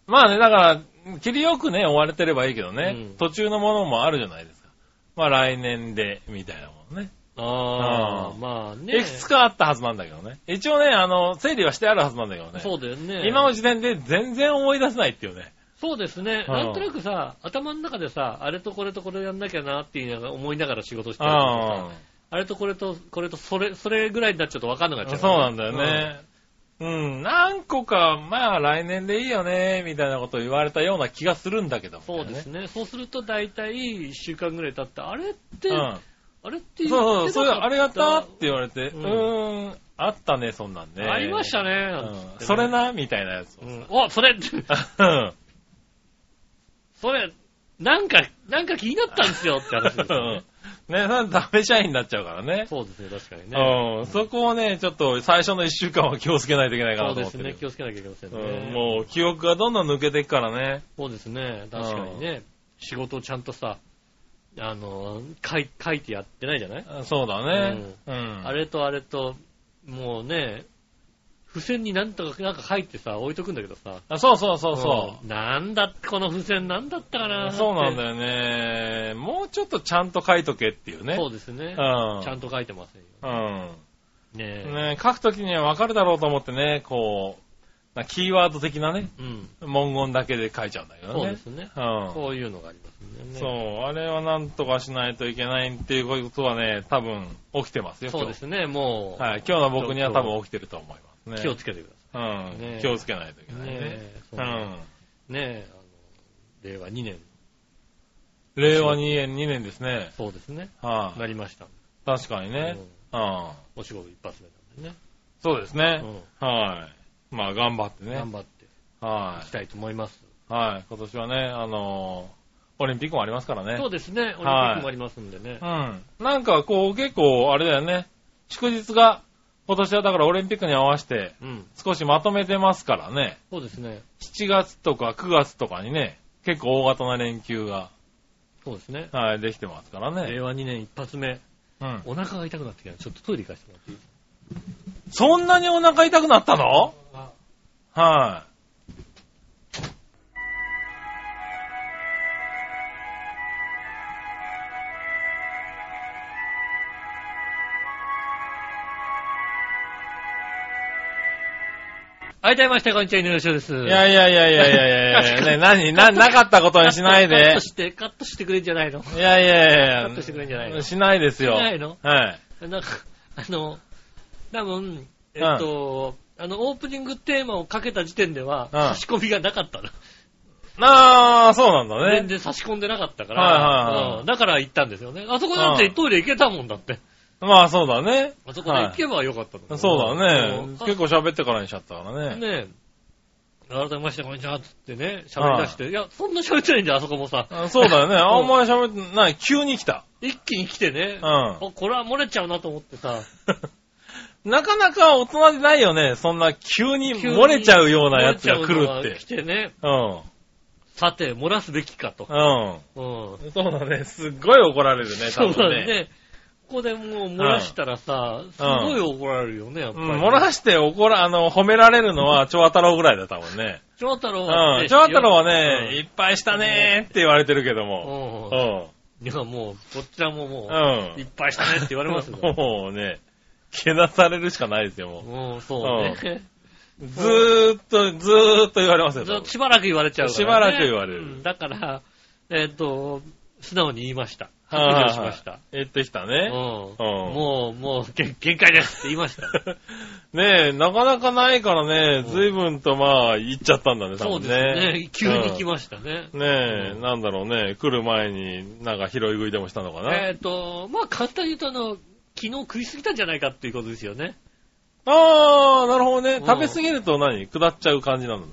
Speaker 3: まあね、だから、切りよくね、追われてればいいけどね、
Speaker 2: うん
Speaker 3: 途中のものもあるじゃないですか。まあ来年で、みたいなもんね。
Speaker 2: ああ、
Speaker 3: あー
Speaker 2: まあね。
Speaker 3: いくつかあったはずなんだけどね。一応ね、あの、整理はしてあるはずなんだけどね。
Speaker 2: そうだよね。
Speaker 3: 今の時点で全然思い出せないっていうね。
Speaker 2: そうですね。
Speaker 3: うん
Speaker 2: なんとなくさ、頭の中でさ、あれとこれとこれやんなきゃなっていうのが思いながら仕事してるけど
Speaker 3: あ
Speaker 2: さ、あれとこれとこれとそれ、それぐらいになっちゃうと分かんなくなっちゃう。
Speaker 3: そうなんだよね。うん、何個か、まあ来年でいいよね、みたいなことを言われたような気がするんだけども
Speaker 2: うん。そうです。ね。そうすると大体1週間ぐらい経って、あれって、
Speaker 3: うん。
Speaker 2: あれって言って
Speaker 3: そうそう、
Speaker 2: な
Speaker 3: それ
Speaker 2: か
Speaker 3: あれやったって言われて、
Speaker 2: う
Speaker 3: うんーん、あったね、そんなんね。
Speaker 2: ありましたね。
Speaker 3: う
Speaker 2: なん
Speaker 3: ん
Speaker 2: つってね
Speaker 3: それ。な、みたいなやつを
Speaker 2: うん。お、それ
Speaker 3: さ。
Speaker 2: それ、なんか、なんか気になったんですよって話ですよ
Speaker 3: うん
Speaker 2: ね。
Speaker 3: ね、なんダメ社員になっちゃうからね。
Speaker 2: そうですね、確かにね。
Speaker 3: うん、そこをね、ちょっと最初の一週間は気をつけないといけないか
Speaker 2: そ
Speaker 3: な
Speaker 2: う
Speaker 3: と
Speaker 2: で
Speaker 3: 思っ
Speaker 2: す
Speaker 3: て
Speaker 2: ね、
Speaker 3: る。
Speaker 2: 気をつけなきゃいけません
Speaker 3: う
Speaker 2: ね。
Speaker 3: んもう記憶がどんどん抜けていくからね。
Speaker 2: そうですね、確かにね。仕事をちゃんとさ、あの、書い書いてやってないじゃない
Speaker 3: そうだね。うん。
Speaker 2: あれとあれと、もうね、付箋になんとか、なんか書いてさ、置いとくんだけどさ。
Speaker 3: あそうそうそうそ
Speaker 2: うんなんだ、この付箋なんだったか
Speaker 3: う。
Speaker 2: な
Speaker 3: そうなんだ
Speaker 2: よ。
Speaker 3: よね。もうちょっとちゃんと書いとけっていうね。
Speaker 2: そうですね。
Speaker 3: うん。
Speaker 2: ちゃんと書いてませんよ。
Speaker 3: うん。
Speaker 2: ねえ。
Speaker 3: ね、書くときにはわかるだろうと思ってね、こう、なキーワード的なね、
Speaker 2: うん。
Speaker 3: 文言だけで書いちゃうんだけどね。
Speaker 2: そうですね。
Speaker 3: うん。
Speaker 2: こういうのがありますんでね。
Speaker 3: そう、あれはなんとかしないといけないっていうことはね、多分起きてますよ。今
Speaker 2: そ
Speaker 3: 日
Speaker 2: うですね、もう、
Speaker 3: はい、今日の僕には多分起きてると思いますね。
Speaker 2: 気をつけてくだ
Speaker 3: うん、
Speaker 2: ね
Speaker 3: 気をつけないといけ
Speaker 2: さ。
Speaker 3: ないいね。
Speaker 2: ねえ、そううね
Speaker 3: ん。
Speaker 2: えあの令和2年、
Speaker 3: 令和2年、2年ですね。
Speaker 2: そうですね、
Speaker 3: はい、
Speaker 2: なりました。
Speaker 3: 確かにね。うん。
Speaker 2: お仕事一発目なんで
Speaker 3: そうですね。
Speaker 2: ね。
Speaker 3: はい。まあ、頑張って
Speaker 2: うん
Speaker 3: ね。
Speaker 2: 頑張って
Speaker 3: はい
Speaker 2: きたいと思います。
Speaker 3: い。はい。今年はね、あのーオリンピックもありますからね。
Speaker 2: そううですね、オリンピックもありますんでね。
Speaker 3: ん。なんかこう、結構、あれだよね。祝日が、今年はだからオリンピックに合わせて、
Speaker 2: うん。
Speaker 3: 少しまとめてますからね。
Speaker 2: そうですね。
Speaker 3: 7月とか9月とかにね、結構大型な連休が、
Speaker 2: そうですね。
Speaker 3: はい、できてますからね
Speaker 2: 令。和2年一発目。
Speaker 3: うん。
Speaker 2: お腹が痛くなってきたちょっとトイレ行かせてもらっていい
Speaker 3: そんなにお腹痛くなったのはい。
Speaker 2: はい、どうもまして、こんにちは、井上翔です。
Speaker 3: い
Speaker 2: い
Speaker 3: やいやいやいやいやいやいや、ね、何、な、なかったことにしない
Speaker 2: カッ
Speaker 3: で
Speaker 2: ト。して、カットしてくれんじゃないの
Speaker 3: いやいやいや。
Speaker 2: カットしてくれんじゃないの
Speaker 3: しないですよ。
Speaker 2: しないの
Speaker 3: はい。
Speaker 2: なんか、あの、多分、えっと、あの、オープニングテーマをかけた時点では、
Speaker 3: うん
Speaker 2: 差し込みがなかったの。
Speaker 3: ああ、そうなんだ
Speaker 2: 全
Speaker 3: ね。
Speaker 2: 然差し込んでなかったか
Speaker 3: はいはいはい
Speaker 2: ら、うんだから行ったんですよね。あそこなんて
Speaker 3: うん
Speaker 2: トイレ行けたもんだって。
Speaker 3: まあそうだね。
Speaker 2: あそこで行けばよかったのか
Speaker 3: は
Speaker 2: ない
Speaker 3: そうだね。結
Speaker 2: 構
Speaker 3: 構喋ってからにしちゃったからね。
Speaker 2: ね改めまして、こんにちは、つってね、喋り出して。いや、そんな喋ってないんだよ、あそこもさ。
Speaker 3: あそうだ よね。あ
Speaker 2: うん
Speaker 3: んまり喋ってない。急に来た。
Speaker 2: 一気に来てね、
Speaker 3: うん
Speaker 2: おこれは漏れちゃうなと思ってさ、
Speaker 3: なかなか大人でないよね。そんな急に 漏れちゃうようなやつが来る
Speaker 2: 漏れちゃうのが
Speaker 3: って
Speaker 2: 来。てね、
Speaker 3: うん。
Speaker 2: さて、漏らすべきかと。
Speaker 3: うん。
Speaker 2: うん。
Speaker 3: そうだね。すっごい怒られるね、
Speaker 2: そ
Speaker 3: 多
Speaker 2: うだ
Speaker 3: 分ね。
Speaker 2: ね。ここでもう漏らしたらさ、すごい怒られるよね、やっぱ
Speaker 3: う
Speaker 2: り。
Speaker 3: ん、漏らして怒ら、あの、褒められるのは、蝶太郎ぐらいだ、多分ね。
Speaker 2: 長太 郎は
Speaker 3: う
Speaker 2: ね
Speaker 3: ん。蝶太郎は
Speaker 2: う
Speaker 3: ね、
Speaker 2: ん
Speaker 3: いっぱいしたねーって言われてるけども。う。
Speaker 2: うんん。いや、もう、こちらもも
Speaker 3: うん
Speaker 2: う、いっぱいしたねって言われ ますよ。
Speaker 3: もうね、けなされるしかないですよ、も
Speaker 2: うん、そうね。
Speaker 3: う。ずーっと、ずーっと言われますよ、
Speaker 2: ず
Speaker 3: 多
Speaker 2: っと
Speaker 3: 分
Speaker 2: しばらく言われちゃうからね。
Speaker 3: しばらく言われる
Speaker 2: うんだから、えっと、素直に言いました。発
Speaker 3: はいはい
Speaker 2: 表
Speaker 3: は
Speaker 2: しま
Speaker 3: い
Speaker 2: した。
Speaker 3: 言ってきた
Speaker 2: うん
Speaker 3: ね。うん
Speaker 2: もう、もう、限限界ですって言いま した。
Speaker 3: ねえ、なかなかないからね、
Speaker 2: うん
Speaker 3: 随分とまあ、行っちゃったんだね、
Speaker 2: そ
Speaker 3: 多
Speaker 2: う
Speaker 3: 分
Speaker 2: で
Speaker 3: ね。
Speaker 2: すね。急に来
Speaker 3: す。
Speaker 2: ましたね。
Speaker 3: ね
Speaker 2: う
Speaker 3: え、
Speaker 2: ん
Speaker 3: なんだろうね、来る前になんか拾い食いでもしたのかな。
Speaker 2: えっと、まあ簡単に言うと、あの、昨日食いすぎたんじゃないかっていうことですよね。
Speaker 3: あー、なるほどね
Speaker 2: う。ん
Speaker 3: 食べ過ぎると何下っちゃう感じなの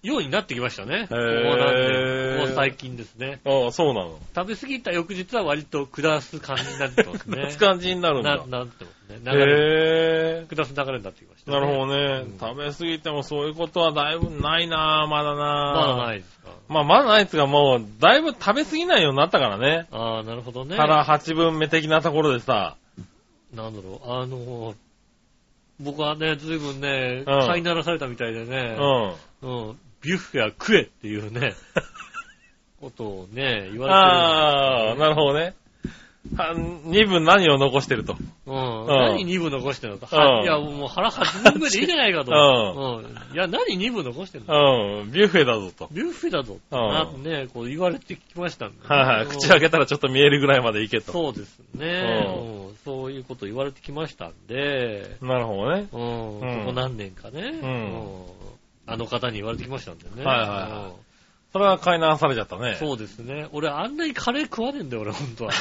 Speaker 2: ようになってきましたね。
Speaker 3: へ
Speaker 2: こ
Speaker 3: ー
Speaker 2: うなんで、こう最近ですね。
Speaker 3: ああ、そうな の。
Speaker 2: 食べ過ぎた翌日は割と下す感じになってます ね。
Speaker 3: 夏感じになるん
Speaker 2: な。
Speaker 3: だ
Speaker 2: なってますね。流れ、
Speaker 3: へー。
Speaker 2: 下す流れになってきました、
Speaker 3: なるほどね、
Speaker 2: うん
Speaker 3: 食べ過ぎてもそういうことはだいぶないなぁ、まだ
Speaker 2: ま
Speaker 3: なぁ。。
Speaker 2: だないいですか。
Speaker 3: まあ、まだないっつうか、もう、だいぶ食べ過ぎないようになったからね。
Speaker 2: ああ、なるほどね。
Speaker 3: 腹八分目的なところでさ。
Speaker 2: なんだろう、あのー僕はね、ずいぶんね、
Speaker 3: うん
Speaker 2: 飼いならされたみたいで
Speaker 3: う
Speaker 2: ね、
Speaker 3: ん。
Speaker 2: うんビュッフェは食えっていう ね、ことをね、言わ
Speaker 3: ああ、なるほどね。は二分何を残してると。
Speaker 2: れてる。うん
Speaker 3: ん
Speaker 2: 何2部残してんのと。
Speaker 3: うん
Speaker 2: はいや、もう腹8分ぐらいでいいじゃないかと。うんいや、何2部残してんの
Speaker 3: うん、ビュッフェだぞと。
Speaker 2: ビュッフェだぞ。
Speaker 3: うん
Speaker 2: なってね、こう言われてきましたんで。
Speaker 3: はいはい、
Speaker 2: うん
Speaker 3: 口開けたらちょっと見えるぐらいまでいけと。
Speaker 2: そうですね、
Speaker 3: う
Speaker 2: うんそういうこと言われてきましたんで、
Speaker 3: なるほどね。
Speaker 2: うん、こ
Speaker 3: うん
Speaker 2: こ何年かね、うんあの方に言われてきましたんでね。
Speaker 3: はいはいはいそれは買い直されちゃった
Speaker 2: うん
Speaker 3: ね。
Speaker 2: そうですね。俺あんなにカレー食わねえんだよ、俺、本当は。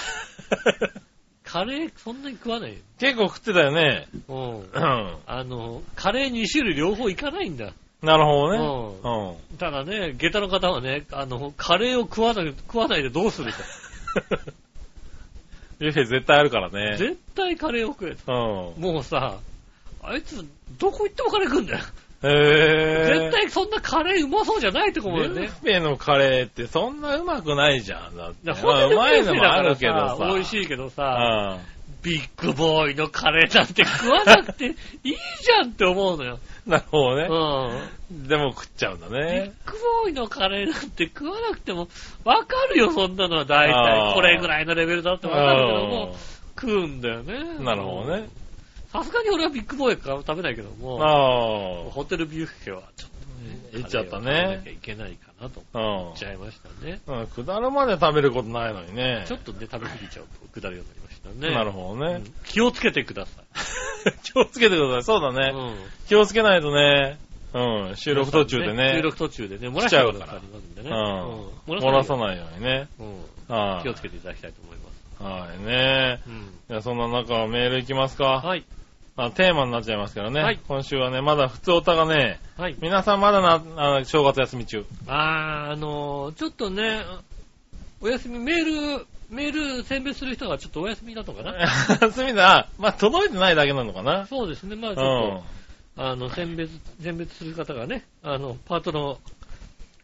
Speaker 2: カレー、そんなに食わないよ。
Speaker 3: 結構食ってたよね。
Speaker 2: うん
Speaker 3: う。ん。
Speaker 2: あの、カレー2種類両方いかないんだ。
Speaker 3: なるほ
Speaker 2: う
Speaker 3: どね。
Speaker 2: ただね、下駄の方はね、あの、カレーを食わない、食わないでどうするか。
Speaker 3: うん。 ビュッフェ絶対あるからね。
Speaker 2: 絶対カレーを食えと。
Speaker 3: うん。
Speaker 2: もうさ、あいつ、どこ行ってもカレー食うんだよ。
Speaker 3: へー。
Speaker 2: 絶対そんなカレーうまそうじゃないとこまで
Speaker 3: ビュ
Speaker 2: ね
Speaker 3: ッ。フェのカレーってそんなうまくないじゃん。だって。
Speaker 2: だ
Speaker 3: ま
Speaker 2: か
Speaker 3: あ
Speaker 2: ら
Speaker 3: うまい
Speaker 2: ホテ
Speaker 3: の
Speaker 2: ル
Speaker 3: も
Speaker 2: の
Speaker 3: ある
Speaker 2: ビュ
Speaker 3: け
Speaker 2: ッフェだか
Speaker 3: ど
Speaker 2: らさ
Speaker 3: さ。
Speaker 2: 美味しいけど
Speaker 3: う
Speaker 2: さ、
Speaker 3: ん。
Speaker 2: ビッグボーイのカレーなんて食わなくていいじゃんって思うのよ。
Speaker 3: なる
Speaker 2: う
Speaker 3: ほどね。
Speaker 2: ん。
Speaker 3: でも食っちゃうんだ
Speaker 2: ビッ
Speaker 3: ね。
Speaker 2: グボーイのカレーなんて食わなくても、わかるよ、そんなのは大
Speaker 3: あ
Speaker 2: 体。
Speaker 3: ー
Speaker 2: これぐらいのレベルだってわかるけども、食うんだよね
Speaker 3: う。んなるほどね。。
Speaker 2: さすがに俺はビッグボーイから食べないけども、
Speaker 3: あ
Speaker 2: ホテルビュッフェはちょっと
Speaker 3: あ。
Speaker 2: ね
Speaker 3: いっちゃった
Speaker 2: カレーを食べな
Speaker 3: ね
Speaker 2: きゃ。いけないかなと
Speaker 3: う
Speaker 2: 思っちゃいましたね。
Speaker 3: ん。うん下るまで食べることないのにね。
Speaker 2: ちょっとね、食べ過ぎちゃうと下るようになりましたね。
Speaker 3: なるほど
Speaker 2: う
Speaker 3: ね
Speaker 2: ん。気をつけてください。
Speaker 3: 気をつけてください。そうだ
Speaker 2: う
Speaker 3: ね。
Speaker 2: ん
Speaker 3: 気をつけないとね。うん。収録途中で
Speaker 2: 収
Speaker 3: ね。
Speaker 2: 録途中でね、漏ら
Speaker 3: 来
Speaker 2: しち
Speaker 3: ちゃ
Speaker 2: ゃうか
Speaker 3: うから
Speaker 2: らありますんでね。
Speaker 3: うん。
Speaker 2: うん
Speaker 3: 漏らさないようにね。
Speaker 2: い。うん
Speaker 3: はい。
Speaker 2: 気をつけていただきたいと思います。
Speaker 3: はいね。
Speaker 2: うん
Speaker 3: じゃあそんな中メールいきますか。
Speaker 2: はい。
Speaker 3: あテーマになっちゃいますけどね。
Speaker 2: はい
Speaker 3: 今週はね、まだ普通おたがね、
Speaker 2: はい。
Speaker 3: 皆さんまだな、あの 正月休み中。
Speaker 2: あー、あのー、ちょっとね、お休みメールメール選別する人がちょっとお休みだったのかな。
Speaker 3: すみだ、まあ、届いてないだけなのかな。
Speaker 2: そうですね。まあち
Speaker 3: う
Speaker 2: ょっ
Speaker 3: ん。
Speaker 2: と、あの、選別、選別する方がね、あの、パートの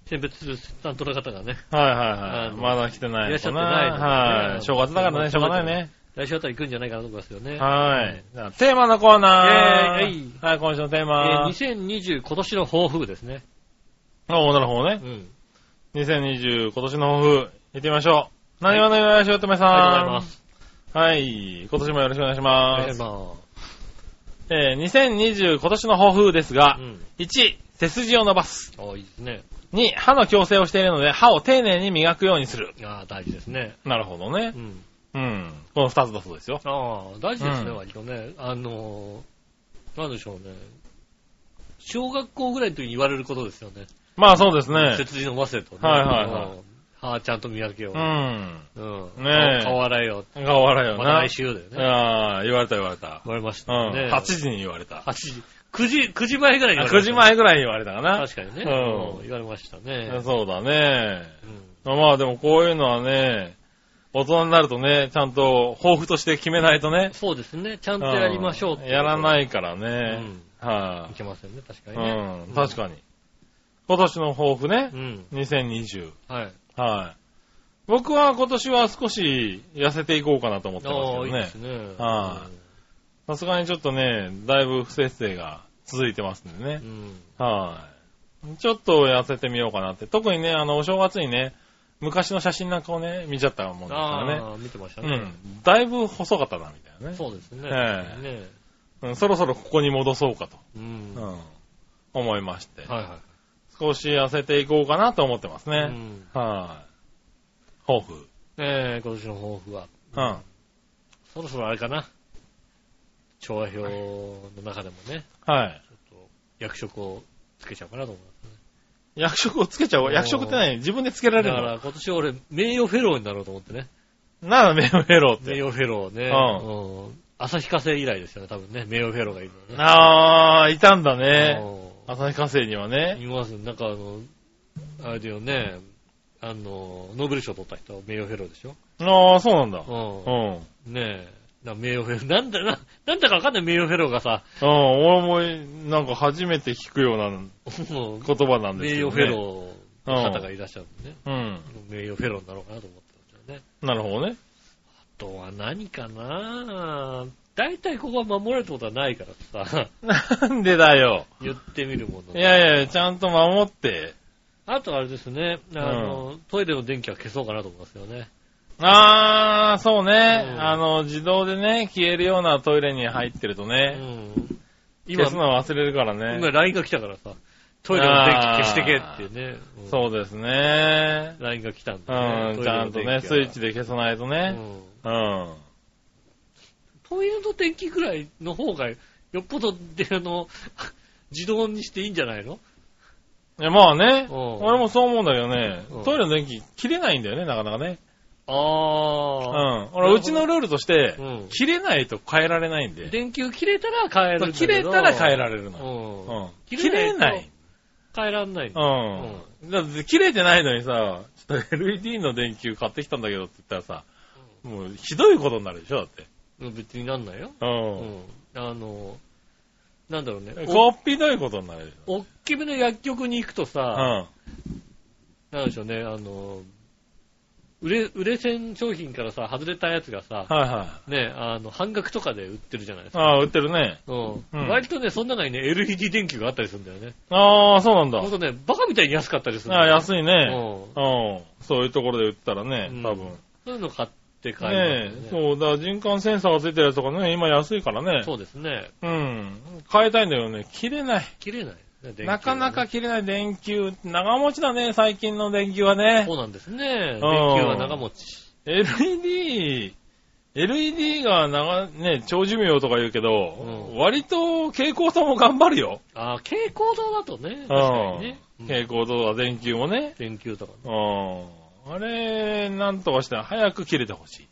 Speaker 2: 選別する担当の方がね、
Speaker 3: はいは
Speaker 2: あ
Speaker 3: いはい。
Speaker 2: の
Speaker 3: まだ来て
Speaker 2: い
Speaker 3: ない
Speaker 2: ら
Speaker 3: の
Speaker 2: っしゃって
Speaker 3: か
Speaker 2: ないのでね
Speaker 3: な。はい。正月だからね、しょうがないね。
Speaker 2: 来週あたり行くんじゃないかなと思いますよね。
Speaker 3: はい。じゃあテーマのコーナ
Speaker 2: イェーイ
Speaker 3: ー。はい、今週のテー
Speaker 2: えー
Speaker 3: マ。
Speaker 2: 2020今年の抱負ですね。
Speaker 3: おーなるほどね
Speaker 2: う。ん。
Speaker 3: 2020今年の抱負、行ってみましょう。なにわのよやしおとめさん。
Speaker 2: ありがとうございます。
Speaker 3: はい。今年もよろしくお願いし
Speaker 2: お願
Speaker 3: ま
Speaker 2: いし
Speaker 3: す。
Speaker 2: ま
Speaker 3: えー、2020今年の抱負ですが
Speaker 2: す。う、ん。
Speaker 3: 1、背筋を伸ばす。
Speaker 2: あいいですね。
Speaker 3: 2、歯の矯正をしているので、歯を丁寧に磨くようにする。
Speaker 2: ああ、大事ですね。
Speaker 3: なるほどね
Speaker 2: う。ん。
Speaker 3: うん。この2つだそうですよ。
Speaker 2: ああ、大事ですね、
Speaker 3: うん
Speaker 2: 割とね。あのー、なんでしょうね。小学校ぐらいの時に言われることですよね。
Speaker 3: まあそうですね
Speaker 2: 背。筋伸ばせとね。
Speaker 3: はいはいはい
Speaker 2: うん歯ちゃんと磨けよ
Speaker 3: う。ん。
Speaker 2: うん。
Speaker 3: ねえ
Speaker 2: 顔洗えよ。
Speaker 3: が笑いよ
Speaker 2: ま
Speaker 3: な。
Speaker 2: た来週だよね。
Speaker 3: ああ、言われた言われた。
Speaker 2: 言われまし
Speaker 3: う
Speaker 2: た
Speaker 3: ん。
Speaker 2: ね。
Speaker 3: 8時に言われた。
Speaker 2: 8時。9時、9時前ぐらいに言われ
Speaker 3: 9
Speaker 2: まし
Speaker 3: 時
Speaker 2: た。
Speaker 3: 前ぐらいに言われたかな。
Speaker 2: 確かにね。
Speaker 3: うん
Speaker 2: うん言われましたね。
Speaker 3: そうだね。
Speaker 2: うん
Speaker 3: まあでもこういうのはね、大人になるとね、ちゃんと抱負として決めないとね。
Speaker 2: そうですね。ちゃんとやりましょう。
Speaker 3: やらないいから
Speaker 2: う
Speaker 3: ね。
Speaker 2: ん。い
Speaker 3: はい、
Speaker 2: けませんね、確かにね。
Speaker 3: うん。確かに。今年の抱負ね
Speaker 2: う。ん。
Speaker 3: 2020。
Speaker 2: はい。
Speaker 3: はい。僕は今年は少し痩せていこうかなと思ってますけ
Speaker 2: あ
Speaker 3: ど
Speaker 2: あ、いい
Speaker 3: ね
Speaker 2: です。ね。
Speaker 3: はさすがにちょっとね、だいぶ不節制が続いてますんでね
Speaker 2: う。ん。
Speaker 3: はい。ちょっと痩せてみようかなって。特にね、あの、お正月にね、昔の写真なんかをね、見ちゃったもんですからね。
Speaker 2: ああ、見てました
Speaker 3: う
Speaker 2: ね。
Speaker 3: ん。だいぶ細かったな、みたいなね。
Speaker 2: そうですね。
Speaker 3: ええ
Speaker 2: ね
Speaker 3: うん、そろそろここに戻そうかと、
Speaker 2: うん。
Speaker 3: う
Speaker 2: は
Speaker 3: ん、思いまして、
Speaker 2: いは
Speaker 3: 少し痩せていこうかなと思ってます
Speaker 2: い。う
Speaker 3: ね。
Speaker 2: ん
Speaker 3: はい、抱負。
Speaker 2: ええ、今年の抱負は。
Speaker 3: うん。
Speaker 2: そろそろあれかな。調和表の中でもね、
Speaker 3: はい。
Speaker 2: ちょっと役職をつけちゃおうかなと思います。
Speaker 3: 役職をつけちゃお
Speaker 2: お
Speaker 3: う。
Speaker 2: ー
Speaker 3: 役職って何自分でつけら
Speaker 2: だ
Speaker 3: れる
Speaker 2: から
Speaker 3: の
Speaker 2: 今年俺、名誉フェローになろうと思ってね。
Speaker 3: なら、メロメロっ
Speaker 2: 名
Speaker 3: て。
Speaker 2: 誉フェローね。う
Speaker 3: う
Speaker 2: ん。旭化成以来ですよね、多分ね。名誉フェローがいるのね。
Speaker 3: あー、いたんだね。
Speaker 2: う
Speaker 3: 朝日火星には
Speaker 2: ん
Speaker 3: ね。
Speaker 2: いますなんかあの、あれだよね、あの、ノーベル賞取った人は名誉フェローでしょ。
Speaker 3: あー、そうなんだ。う。
Speaker 2: うん
Speaker 3: う
Speaker 2: ん。
Speaker 3: ん。
Speaker 2: ねえ。な名誉フェロー。 なんだ、な、なんだかわかんない名誉フェローがさ、
Speaker 3: 俺も、なんか初めて聞くような
Speaker 2: もう、
Speaker 3: 言葉なんです
Speaker 2: 名誉
Speaker 3: けど、ね。
Speaker 2: フェローの方がいらっしゃるんでね。
Speaker 3: うん。
Speaker 2: 名誉フェローになろうかなと思ってますよね。
Speaker 3: なるほどね。
Speaker 2: あとは何かな大体ここは守れることはないから さ、
Speaker 3: なんでだよ。
Speaker 2: 言ってみるもの。
Speaker 3: いやいや、ちゃんと守って。
Speaker 2: あとあれですね、あの、トイレの電気は消そうかなと思いますよね。
Speaker 3: あー、そうね。
Speaker 2: うん
Speaker 3: あの、自動でね、消えるようなトイレに入ってると
Speaker 2: う
Speaker 3: ね、
Speaker 2: ん。今
Speaker 3: 消、すの忘れるから
Speaker 2: 今
Speaker 3: ね。
Speaker 2: LINE が来たからさ、トイレの電気消してけっていうね。うん
Speaker 3: そうですね。
Speaker 2: LINE が来たんで、
Speaker 3: うん、ちゃんとね、スイッチ
Speaker 2: で。
Speaker 3: で消さないと
Speaker 2: う
Speaker 3: ね。
Speaker 2: ん
Speaker 3: うん。
Speaker 2: トイレの電気くらいの方が、よっぽど、で、あの、 自動にしていいんじゃないの
Speaker 3: いや、まあね、
Speaker 2: うん
Speaker 3: 俺もそう思うんだけどね
Speaker 2: うん、
Speaker 3: トイレの電気切れないんだよね、なかなかね。
Speaker 2: あ
Speaker 3: う
Speaker 2: あ。
Speaker 3: ん。俺、うちのルールとして
Speaker 2: うん、
Speaker 3: 切れないと変えられないんで。
Speaker 2: 電球切れたら変えるんだけど。
Speaker 3: 切れたら変え
Speaker 2: る。
Speaker 3: られるの。
Speaker 2: う
Speaker 3: うん。
Speaker 2: 切
Speaker 3: 切
Speaker 2: れ
Speaker 3: れ
Speaker 2: な
Speaker 3: ないい。
Speaker 2: 変えらんない。
Speaker 3: うん。だって切れてないのにさ、ちょっと LED の電球買ってきたんだけどって言ったらさ、もうひどいことになるでしょ、だって。
Speaker 2: うん別になんないよ。
Speaker 3: う。
Speaker 2: うんん。あの、なんだろうね。
Speaker 3: こっぴどいことになるでしょ。
Speaker 2: おっきめの薬局に行くと
Speaker 3: う
Speaker 2: さ、
Speaker 3: ん。
Speaker 2: なんでしょうね、あの、売れ、売れ線商品からさ、外れたやつがさ、
Speaker 3: はいは
Speaker 2: ね、あの、半額とかで売ってるじゃないで
Speaker 3: い。
Speaker 2: すか。
Speaker 3: ああ、売ってるね。
Speaker 2: うん。
Speaker 3: うん
Speaker 2: 割とね、その中にね、LED 電球があったりするんだよね。
Speaker 3: ああ、そうなんだ
Speaker 2: ほん。とね、バカみたいに安かったりするん
Speaker 3: あ
Speaker 2: だ
Speaker 3: あ、
Speaker 2: よ。
Speaker 3: 安いね。
Speaker 2: うん。
Speaker 3: うん。そういうところで売ったらね
Speaker 2: うん、
Speaker 3: 多分。
Speaker 2: そういうの買って帰る、
Speaker 3: ねえ、そう、だから人感センサーがついてるやつとかね、今安いからね。
Speaker 2: そうですね。
Speaker 3: うん。変えたいんだよね。切れない。
Speaker 2: 切れないね、電球がね
Speaker 3: なかなか切れない電球。長持ちだね、最近の電球はね
Speaker 2: そ。うなんですね。電球は長持ち。
Speaker 3: LED、LED が長、ね、長寿命とか言うけど、
Speaker 2: うん
Speaker 3: 割と蛍光灯も頑張るよ。
Speaker 2: ああ、蛍光灯だとね、確かにね。
Speaker 3: うん
Speaker 2: うん
Speaker 3: 蛍光灯は電球もね。
Speaker 2: 電球とかね。
Speaker 3: うん。あれ、なんとかして早く切れてほし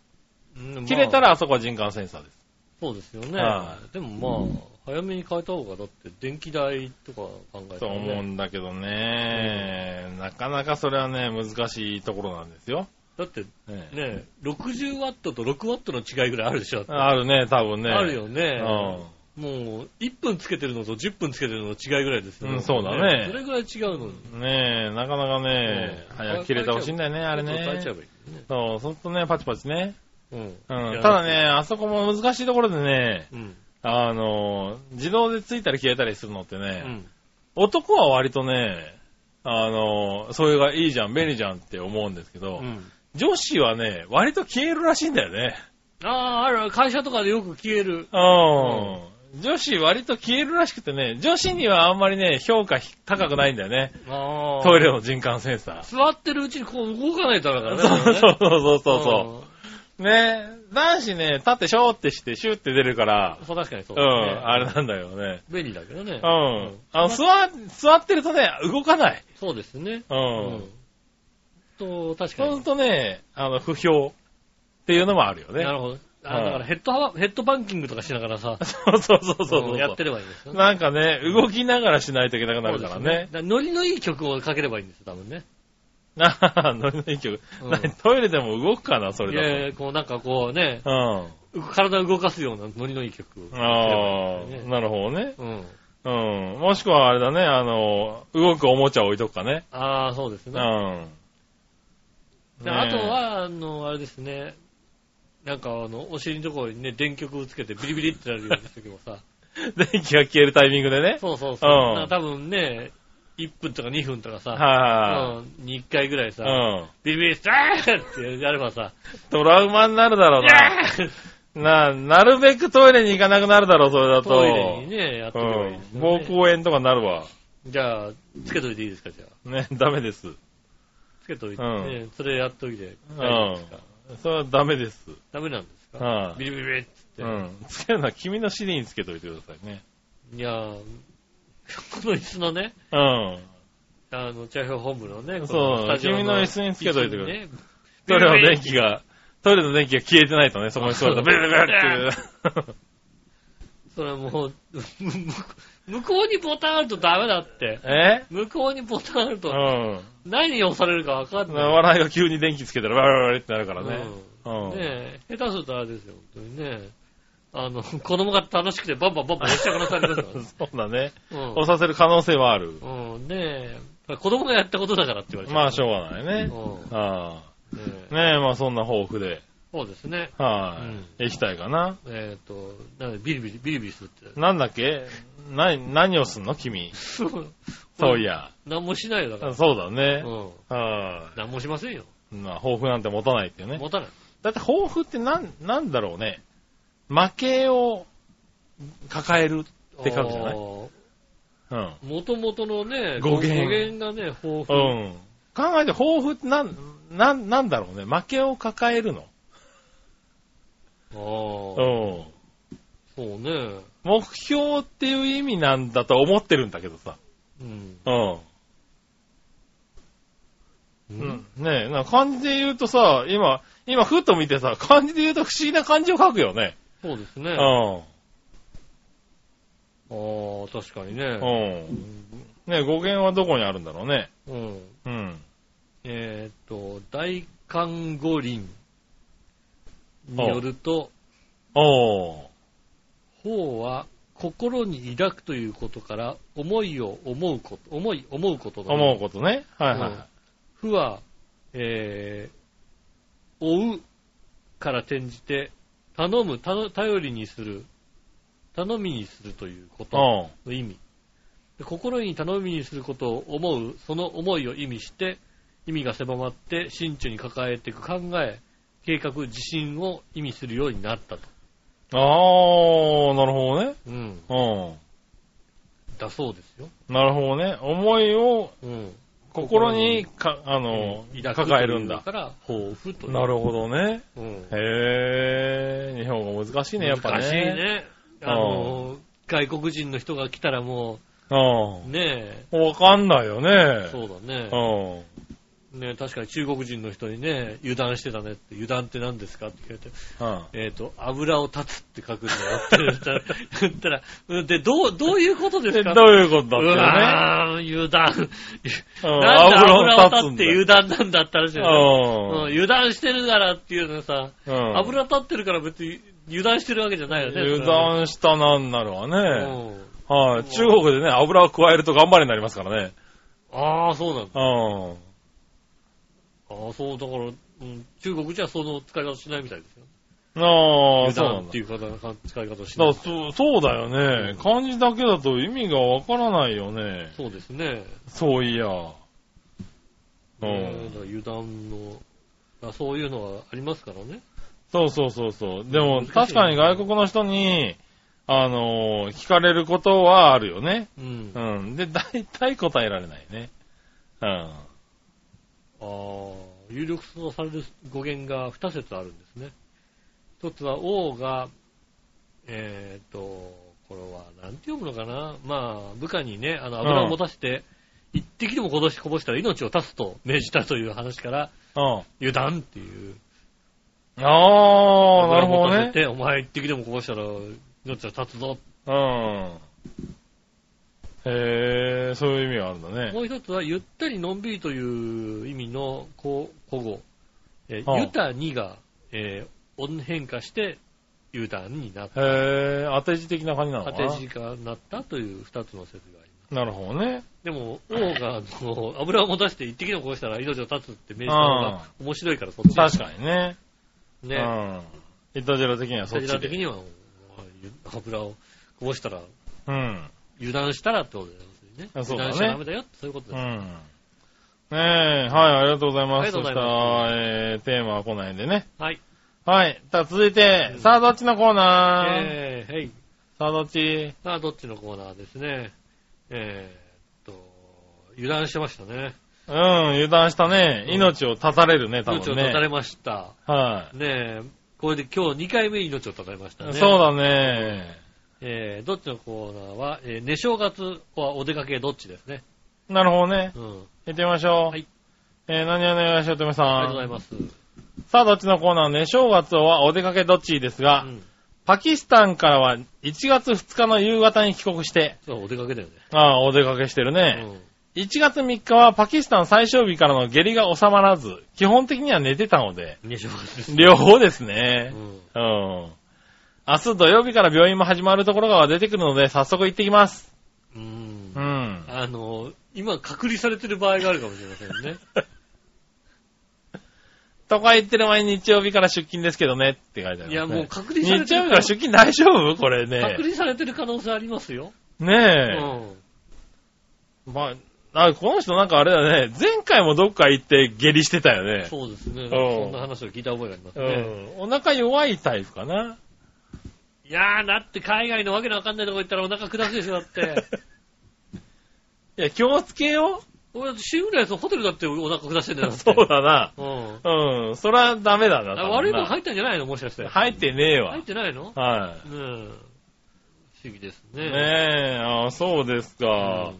Speaker 2: うんまあ
Speaker 3: い。切れたらあそこは人感センサーです。
Speaker 2: そうですよね
Speaker 3: は。
Speaker 2: でもまあ、早めに変えた方が、だって電気代とか考えた
Speaker 3: と
Speaker 2: ら、
Speaker 3: 思う
Speaker 2: ね。
Speaker 3: んだけどね、なかなかそれはね、難しいところなんですよ。
Speaker 2: だってね
Speaker 3: ええ
Speaker 2: え、60ワットと6ワットの違いぐらいあるでしょ、だって
Speaker 3: あるね、多分ね。
Speaker 2: あるよ
Speaker 3: う
Speaker 2: ね。
Speaker 3: ん。
Speaker 2: もう、1分つけてるのと10分つけてるのの違いぐらいですよ
Speaker 3: うんそうだね
Speaker 2: それぐらい違うのに。
Speaker 3: ねえ、なかなかね
Speaker 2: え、え
Speaker 3: 早く切れてほしいんだよね、あれね。
Speaker 2: 変えちゃえばいいね。
Speaker 3: そう、そうするとね、パチパチね。
Speaker 2: うん。
Speaker 3: うん。
Speaker 2: や
Speaker 3: ただね、、あそこも難しいところでね、
Speaker 2: うん。
Speaker 3: あの、自動でついたり消えたりするのって
Speaker 2: う
Speaker 3: ね、
Speaker 2: ん。
Speaker 3: 男は割とね、あの、それがいいじゃん、便利じゃんって思うんですけど、
Speaker 2: うん
Speaker 3: 女子はね、割と消えるらしいんだよね。
Speaker 2: ああ、ある、会社とかでよく消える。
Speaker 3: うん。女子割と消えるらしくてね、女子にはあんまりね、評価ひ高くないんだよね。
Speaker 2: ああ。
Speaker 3: トイレの人感センサー。
Speaker 2: 座ってるうちにこう動かないとだからね。
Speaker 3: そうそう
Speaker 2: こ
Speaker 3: そう
Speaker 2: れ
Speaker 3: そ
Speaker 2: ね
Speaker 3: うそう。ね男子ね、立ってショーってして、シューって出るから
Speaker 2: う、んそう、確かにそう
Speaker 3: う
Speaker 2: だ
Speaker 3: ん、
Speaker 2: ね。
Speaker 3: あれなんだよね。
Speaker 2: 便利だけどね
Speaker 3: う。ん。あの、座、座ってるとね、動かない。
Speaker 2: そうですね。う
Speaker 3: う。。
Speaker 2: んと、確か
Speaker 3: そうす
Speaker 2: に
Speaker 3: る。とね、あの、不評っていうのもあるよね
Speaker 2: な。るほど。あ
Speaker 3: うん
Speaker 2: だからヘッドハワヘッドバンキングとかしながらさ、
Speaker 3: そうそうそうそうそう。
Speaker 2: んやってればいいんですよね。
Speaker 3: なんかね、動きながらしないといけなくなるから
Speaker 2: そうです
Speaker 3: ね
Speaker 2: よ。だノリのいい曲をかければいいんですよ、多分ね。
Speaker 3: あははノリのいい曲
Speaker 2: うん。
Speaker 3: 何トイレでも動くかな、それ
Speaker 2: い
Speaker 3: だと。
Speaker 2: やいや、こうなんかこうね、
Speaker 3: うん。
Speaker 2: 体を動かすようなノリのいい曲をかければ
Speaker 3: あ
Speaker 2: いいんです
Speaker 3: あ、
Speaker 2: よね。
Speaker 3: なるほどね。
Speaker 2: うん。
Speaker 3: うん。もしくはあれだね、あの、動くおもちゃを置いとくかね。
Speaker 2: ああ、そうです
Speaker 3: う
Speaker 2: ね
Speaker 3: ん。。ねえ
Speaker 2: であと、は、あの、あれですね。なんか、あの、お尻のところにね、電極をつけてビリビリってなるようにしたけど さ。
Speaker 3: 電気が消えるタイミングでね。
Speaker 2: そうそうそう。
Speaker 3: うん
Speaker 2: なんか多分ね、1分とか2分とかさ、
Speaker 3: は
Speaker 2: うん、に1回ぐらい
Speaker 3: い
Speaker 2: さ、
Speaker 3: はい。うん。
Speaker 2: ビリビリして、あーってやればさ、
Speaker 3: トラウマになるだろ
Speaker 2: あ
Speaker 3: うな。
Speaker 2: ー
Speaker 3: な、なるべくトイレに行かなくなるだろう、それだと。
Speaker 2: トイレにね、やってればいいです
Speaker 3: うん。
Speaker 2: よ
Speaker 3: 膀
Speaker 2: ね
Speaker 3: 胱炎とかになるわ。
Speaker 2: じゃあ、つけといていいですか、じゃあ。
Speaker 3: ね、ダメです。
Speaker 2: つけといて、
Speaker 3: うん
Speaker 2: ねそれやっといて。大丈夫ですか
Speaker 3: それはダメです。
Speaker 2: ダメなんですか
Speaker 3: は
Speaker 2: ビリビリビリっつって。
Speaker 3: い。うん。つけるのは君の尻につけといてくださいね。
Speaker 2: いやー、この椅子のね、
Speaker 3: うん。
Speaker 2: あの、調表本部のね、こ
Speaker 3: そう
Speaker 2: スタジオ
Speaker 3: 君の椅子につけといてくれ
Speaker 2: 椅子にね
Speaker 3: トイレの電気が、トイレの電気が消えてないとね、そこに座るとベルベルっていう。
Speaker 2: それもう、 向こうにボタンあるとダメだって。
Speaker 3: え
Speaker 2: 向こうにボタンある
Speaker 3: う
Speaker 2: と、何に押されるかわかん
Speaker 3: ん。
Speaker 2: ない。
Speaker 3: 笑いが急に電気つけたらバルバルってなるからね。うん。
Speaker 2: ねえ、下手するとあれですよ、本当にね。あの、 子供が楽しくてバンバンバンバン押しちゃう可能性ありますからね
Speaker 3: そうだね。
Speaker 2: う
Speaker 3: 押させる可能性はある。
Speaker 2: ん。うん、ねえ、子供がやったことだからって言われちゃう。
Speaker 3: まあ、しょうがないね。
Speaker 2: うんね
Speaker 3: ああ
Speaker 2: え
Speaker 3: ねえ、まあそんな抱負で、
Speaker 2: そうですね。
Speaker 3: はい、行きたいかな。
Speaker 2: えっ、と、なんでビリビリ、ビリビリするって。
Speaker 3: なんだっけな、何をすんの君。 そういや。
Speaker 2: 何もしないよ、だから。
Speaker 3: そうだ
Speaker 2: う
Speaker 3: ね。
Speaker 2: ん。
Speaker 3: は
Speaker 2: 何もしませんよ。
Speaker 3: い。まあ、抱負なんて持たないっていうね。
Speaker 2: 持たない。
Speaker 3: だって抱負ってなん、なんだろうね。負けを抱える。って感じじゃない
Speaker 2: あー
Speaker 3: うん。
Speaker 2: もともとのね、
Speaker 3: 語源
Speaker 2: 語源がね、豊
Speaker 3: う
Speaker 2: 富。
Speaker 3: ん。考えて抱負ってなん、なん、なんだろうね。負けを抱えるの。
Speaker 2: ああ、
Speaker 3: うん。
Speaker 2: そうね。
Speaker 3: 目標っていう意味なんだと思ってるんだけどさ。
Speaker 2: うん。
Speaker 3: うん。
Speaker 2: う
Speaker 3: う。んねえ、なんか漢字で言うとさ、今、今ふっと見てさ、漢字で言うと不思議な漢字を書くよね。
Speaker 2: そうです
Speaker 3: う
Speaker 2: ね。あ
Speaker 3: ん。
Speaker 2: あ、確かにね。
Speaker 3: うん。ねえ語源はどこにあるんだろうね。
Speaker 2: うん。
Speaker 3: うん。
Speaker 2: えっと、大韓五輪によると、
Speaker 3: おー。
Speaker 2: 法は心に抱くということから、思いを思うこと、思い、思うことだね
Speaker 3: 思うことね。はいはい。
Speaker 2: 負は、えー、追うから転じて、頼む、頼頼りにする、頼みにするということ
Speaker 3: うん。
Speaker 2: の意味。で心に頼みにすることを思う、その思いを意味して、意味が狭まって、心中に抱えていく考え、計画、自信を意味するようになったと。
Speaker 3: あー、なるほどね。
Speaker 2: うん。
Speaker 3: う
Speaker 2: だそうですよ。
Speaker 3: ん。なるほどね。思いを
Speaker 2: うん。
Speaker 3: 心にか、あの、
Speaker 2: 抱く
Speaker 3: 抱えるんだ
Speaker 2: という。から、抱負という。
Speaker 3: なるほどね。
Speaker 2: うん
Speaker 3: へー。日本語難しいね、やっぱね。
Speaker 2: 難しい。ね。あの、外国人の人が来たらも
Speaker 3: う
Speaker 2: う、ね
Speaker 3: ん。わかんないよね
Speaker 2: え、。そうだね。
Speaker 3: う
Speaker 2: ね、確かに中国人の人にね、油断してたねって、油断って何ですかって言われて、
Speaker 3: うん。
Speaker 2: えっ、と、油を断つって書くんだよって言ったら、言ったら、うんで、どう、どういうことです
Speaker 3: で
Speaker 2: か
Speaker 3: どういうことだ
Speaker 2: う
Speaker 3: っ
Speaker 2: わー油断。
Speaker 3: てね。うん
Speaker 2: なんで油を
Speaker 3: 油
Speaker 2: 断って油断なんだったらしいよねうん
Speaker 3: 断。
Speaker 2: 油断してるからっていうのさ、
Speaker 3: うん。
Speaker 2: 油立ってるから別に油断してるわけじゃないよね。
Speaker 3: 油断したなんなるわ
Speaker 2: それは
Speaker 3: ね。
Speaker 2: ね
Speaker 3: はい。中国でね、油を加えると頑張れになりますからね。
Speaker 2: うんああ、そうなんだ。
Speaker 3: うん。
Speaker 2: ああ、そう、だから、うん中国じゃその使い方しないみたいですよ。
Speaker 3: ああ、
Speaker 2: 油
Speaker 3: そうな
Speaker 2: 断
Speaker 3: ん
Speaker 2: っ
Speaker 3: だ
Speaker 2: て。いう方の使い方し
Speaker 3: だ
Speaker 2: な
Speaker 3: から
Speaker 2: い。
Speaker 3: そうそうだよね。漢字だけだと意味がわからないよね。
Speaker 2: そうですね。
Speaker 3: そういや。う
Speaker 2: ね
Speaker 3: ん。
Speaker 2: だから油断の、あそういうのはありますからね。
Speaker 3: そうそうそうそう。でも
Speaker 2: 難しいね
Speaker 3: 確かに外国の人に、あのー聞かれることはあるよね。
Speaker 2: うん。
Speaker 3: う
Speaker 2: あ
Speaker 3: ん。で、大体答えられないね。うん。
Speaker 2: あ、有力とされる語源が2説あるんですね。一つは王が、えっ、と、これは、なんて読むのかな。まあ、部下にね、あの、油を持たせて、一滴でもこぼしこぼしたら命を絶つと命じたという話から、
Speaker 3: うん。
Speaker 2: 油断っていう。
Speaker 3: ああ、なる
Speaker 2: 油を
Speaker 3: ほど
Speaker 2: 持たせ
Speaker 3: ね。
Speaker 2: てお前一滴でもこぼしたら命は絶つぞ。
Speaker 3: うん。へえ、そういう意味があるんだね。
Speaker 2: もう一つは、ゆったりのんびりという意味の古古語。え
Speaker 3: はあ
Speaker 2: ー、ゆたにが、えー音変化して、ゆたんになった。
Speaker 3: へえ、当て字的な感じなのか
Speaker 2: 当
Speaker 3: な
Speaker 2: て字がなったという二つの説があります。
Speaker 3: なるほどね。
Speaker 2: でも、王が、あの、油を持たして一滴でもこうしたら命を絶つって明示したのが面白いから、そっち。
Speaker 3: 確かにね。
Speaker 2: に。
Speaker 3: う
Speaker 2: ね。
Speaker 3: ん。イタジェラ的にはそ
Speaker 2: そ
Speaker 3: っ
Speaker 2: ち
Speaker 3: ち
Speaker 2: ら的
Speaker 3: で。
Speaker 2: には、ゆ油をこぼしたら、
Speaker 3: うん。
Speaker 2: 油断したらってことだよね。
Speaker 3: あそう
Speaker 2: 油断
Speaker 3: だね
Speaker 2: しちゃダメだよそういうこと
Speaker 3: う
Speaker 2: です。
Speaker 3: ん。ねえ、はい、ありがとうございます。
Speaker 2: ありがとうございます
Speaker 3: そしたら、えー、テーマはこの辺でね。
Speaker 2: はい。
Speaker 3: はい。じゃあ続いて、さあどっちのコーナー、
Speaker 2: えー、はい。
Speaker 3: さあどっち
Speaker 2: さあ、どっちのコーナーですね。えーっと、油断してましたね。
Speaker 3: うん、油断したね。
Speaker 2: うん
Speaker 3: 命を絶たれるね、多
Speaker 2: 命を絶
Speaker 3: 分
Speaker 2: た
Speaker 3: ね。
Speaker 2: れました。
Speaker 3: はい、
Speaker 2: ねえ、これで今日2回目命を絶たれましたね。
Speaker 3: そうだね。
Speaker 2: えー、どっちのコーナーは、えー、寝正月はお出かけどっちですね。
Speaker 3: なるほどね。
Speaker 2: うん。
Speaker 3: 行ってみましょう。
Speaker 2: はい。
Speaker 3: えー、何をお願いしようとめさん。
Speaker 2: ありがとうございます。
Speaker 3: さあどっちのコーナーね、正月はお出かけどっちですが、
Speaker 2: うん。
Speaker 3: パキスタンからは1月2日の夕方に帰国して、
Speaker 2: そう、お出かけだよね。
Speaker 3: ああ、お出かけしてるね。1月3日はパキスタン最終日からの下痢が収まらず、基本的には寝てたので、
Speaker 2: うん。寝正月です。
Speaker 3: 両方です
Speaker 2: う
Speaker 3: ね。
Speaker 2: ん。
Speaker 3: うん。明日土曜日から病院も始まるところが出てくるので、早速行ってきます。
Speaker 2: うん
Speaker 3: う。ん。
Speaker 2: あの、今隔離されてる場合があるかもしれませんね。
Speaker 3: とか言ってる前に日曜日から出勤ですけど ねって書いてある、
Speaker 2: いや、もう隔離
Speaker 3: 日
Speaker 2: さ
Speaker 3: 曜
Speaker 2: れ
Speaker 3: 日
Speaker 2: てる
Speaker 3: から出勤大丈夫これ
Speaker 2: 隔
Speaker 3: ね。
Speaker 2: 離されてる可能性ありますよ。う
Speaker 3: ね
Speaker 2: ん。
Speaker 3: え。まあ、あこの人なんかあれだね、前回もどっか行って下痢してたよね。
Speaker 2: そうですね。
Speaker 3: ん
Speaker 2: そんな話を聞いた覚えがあります
Speaker 3: う
Speaker 2: ね。
Speaker 3: ん。お腹弱いタイプかな。
Speaker 2: いやー、だって海外のわけのわかんないとこ行ったらお腹下すでしょ、だ って。
Speaker 3: いや、気をつけよ
Speaker 2: 俺、シングレスのホテルだってお腹下してんだよ。
Speaker 3: う。
Speaker 2: だって
Speaker 3: そう。だな。
Speaker 2: うん。
Speaker 3: うん。それはダメだな。
Speaker 2: あ悪いもの
Speaker 3: 入
Speaker 2: 入ったんじゃないのもしかして。
Speaker 3: 入ってねえわ
Speaker 2: 入っ。てないの
Speaker 3: は
Speaker 2: うん。不思議です
Speaker 3: い。
Speaker 2: ね。
Speaker 3: ねえ、あそうですか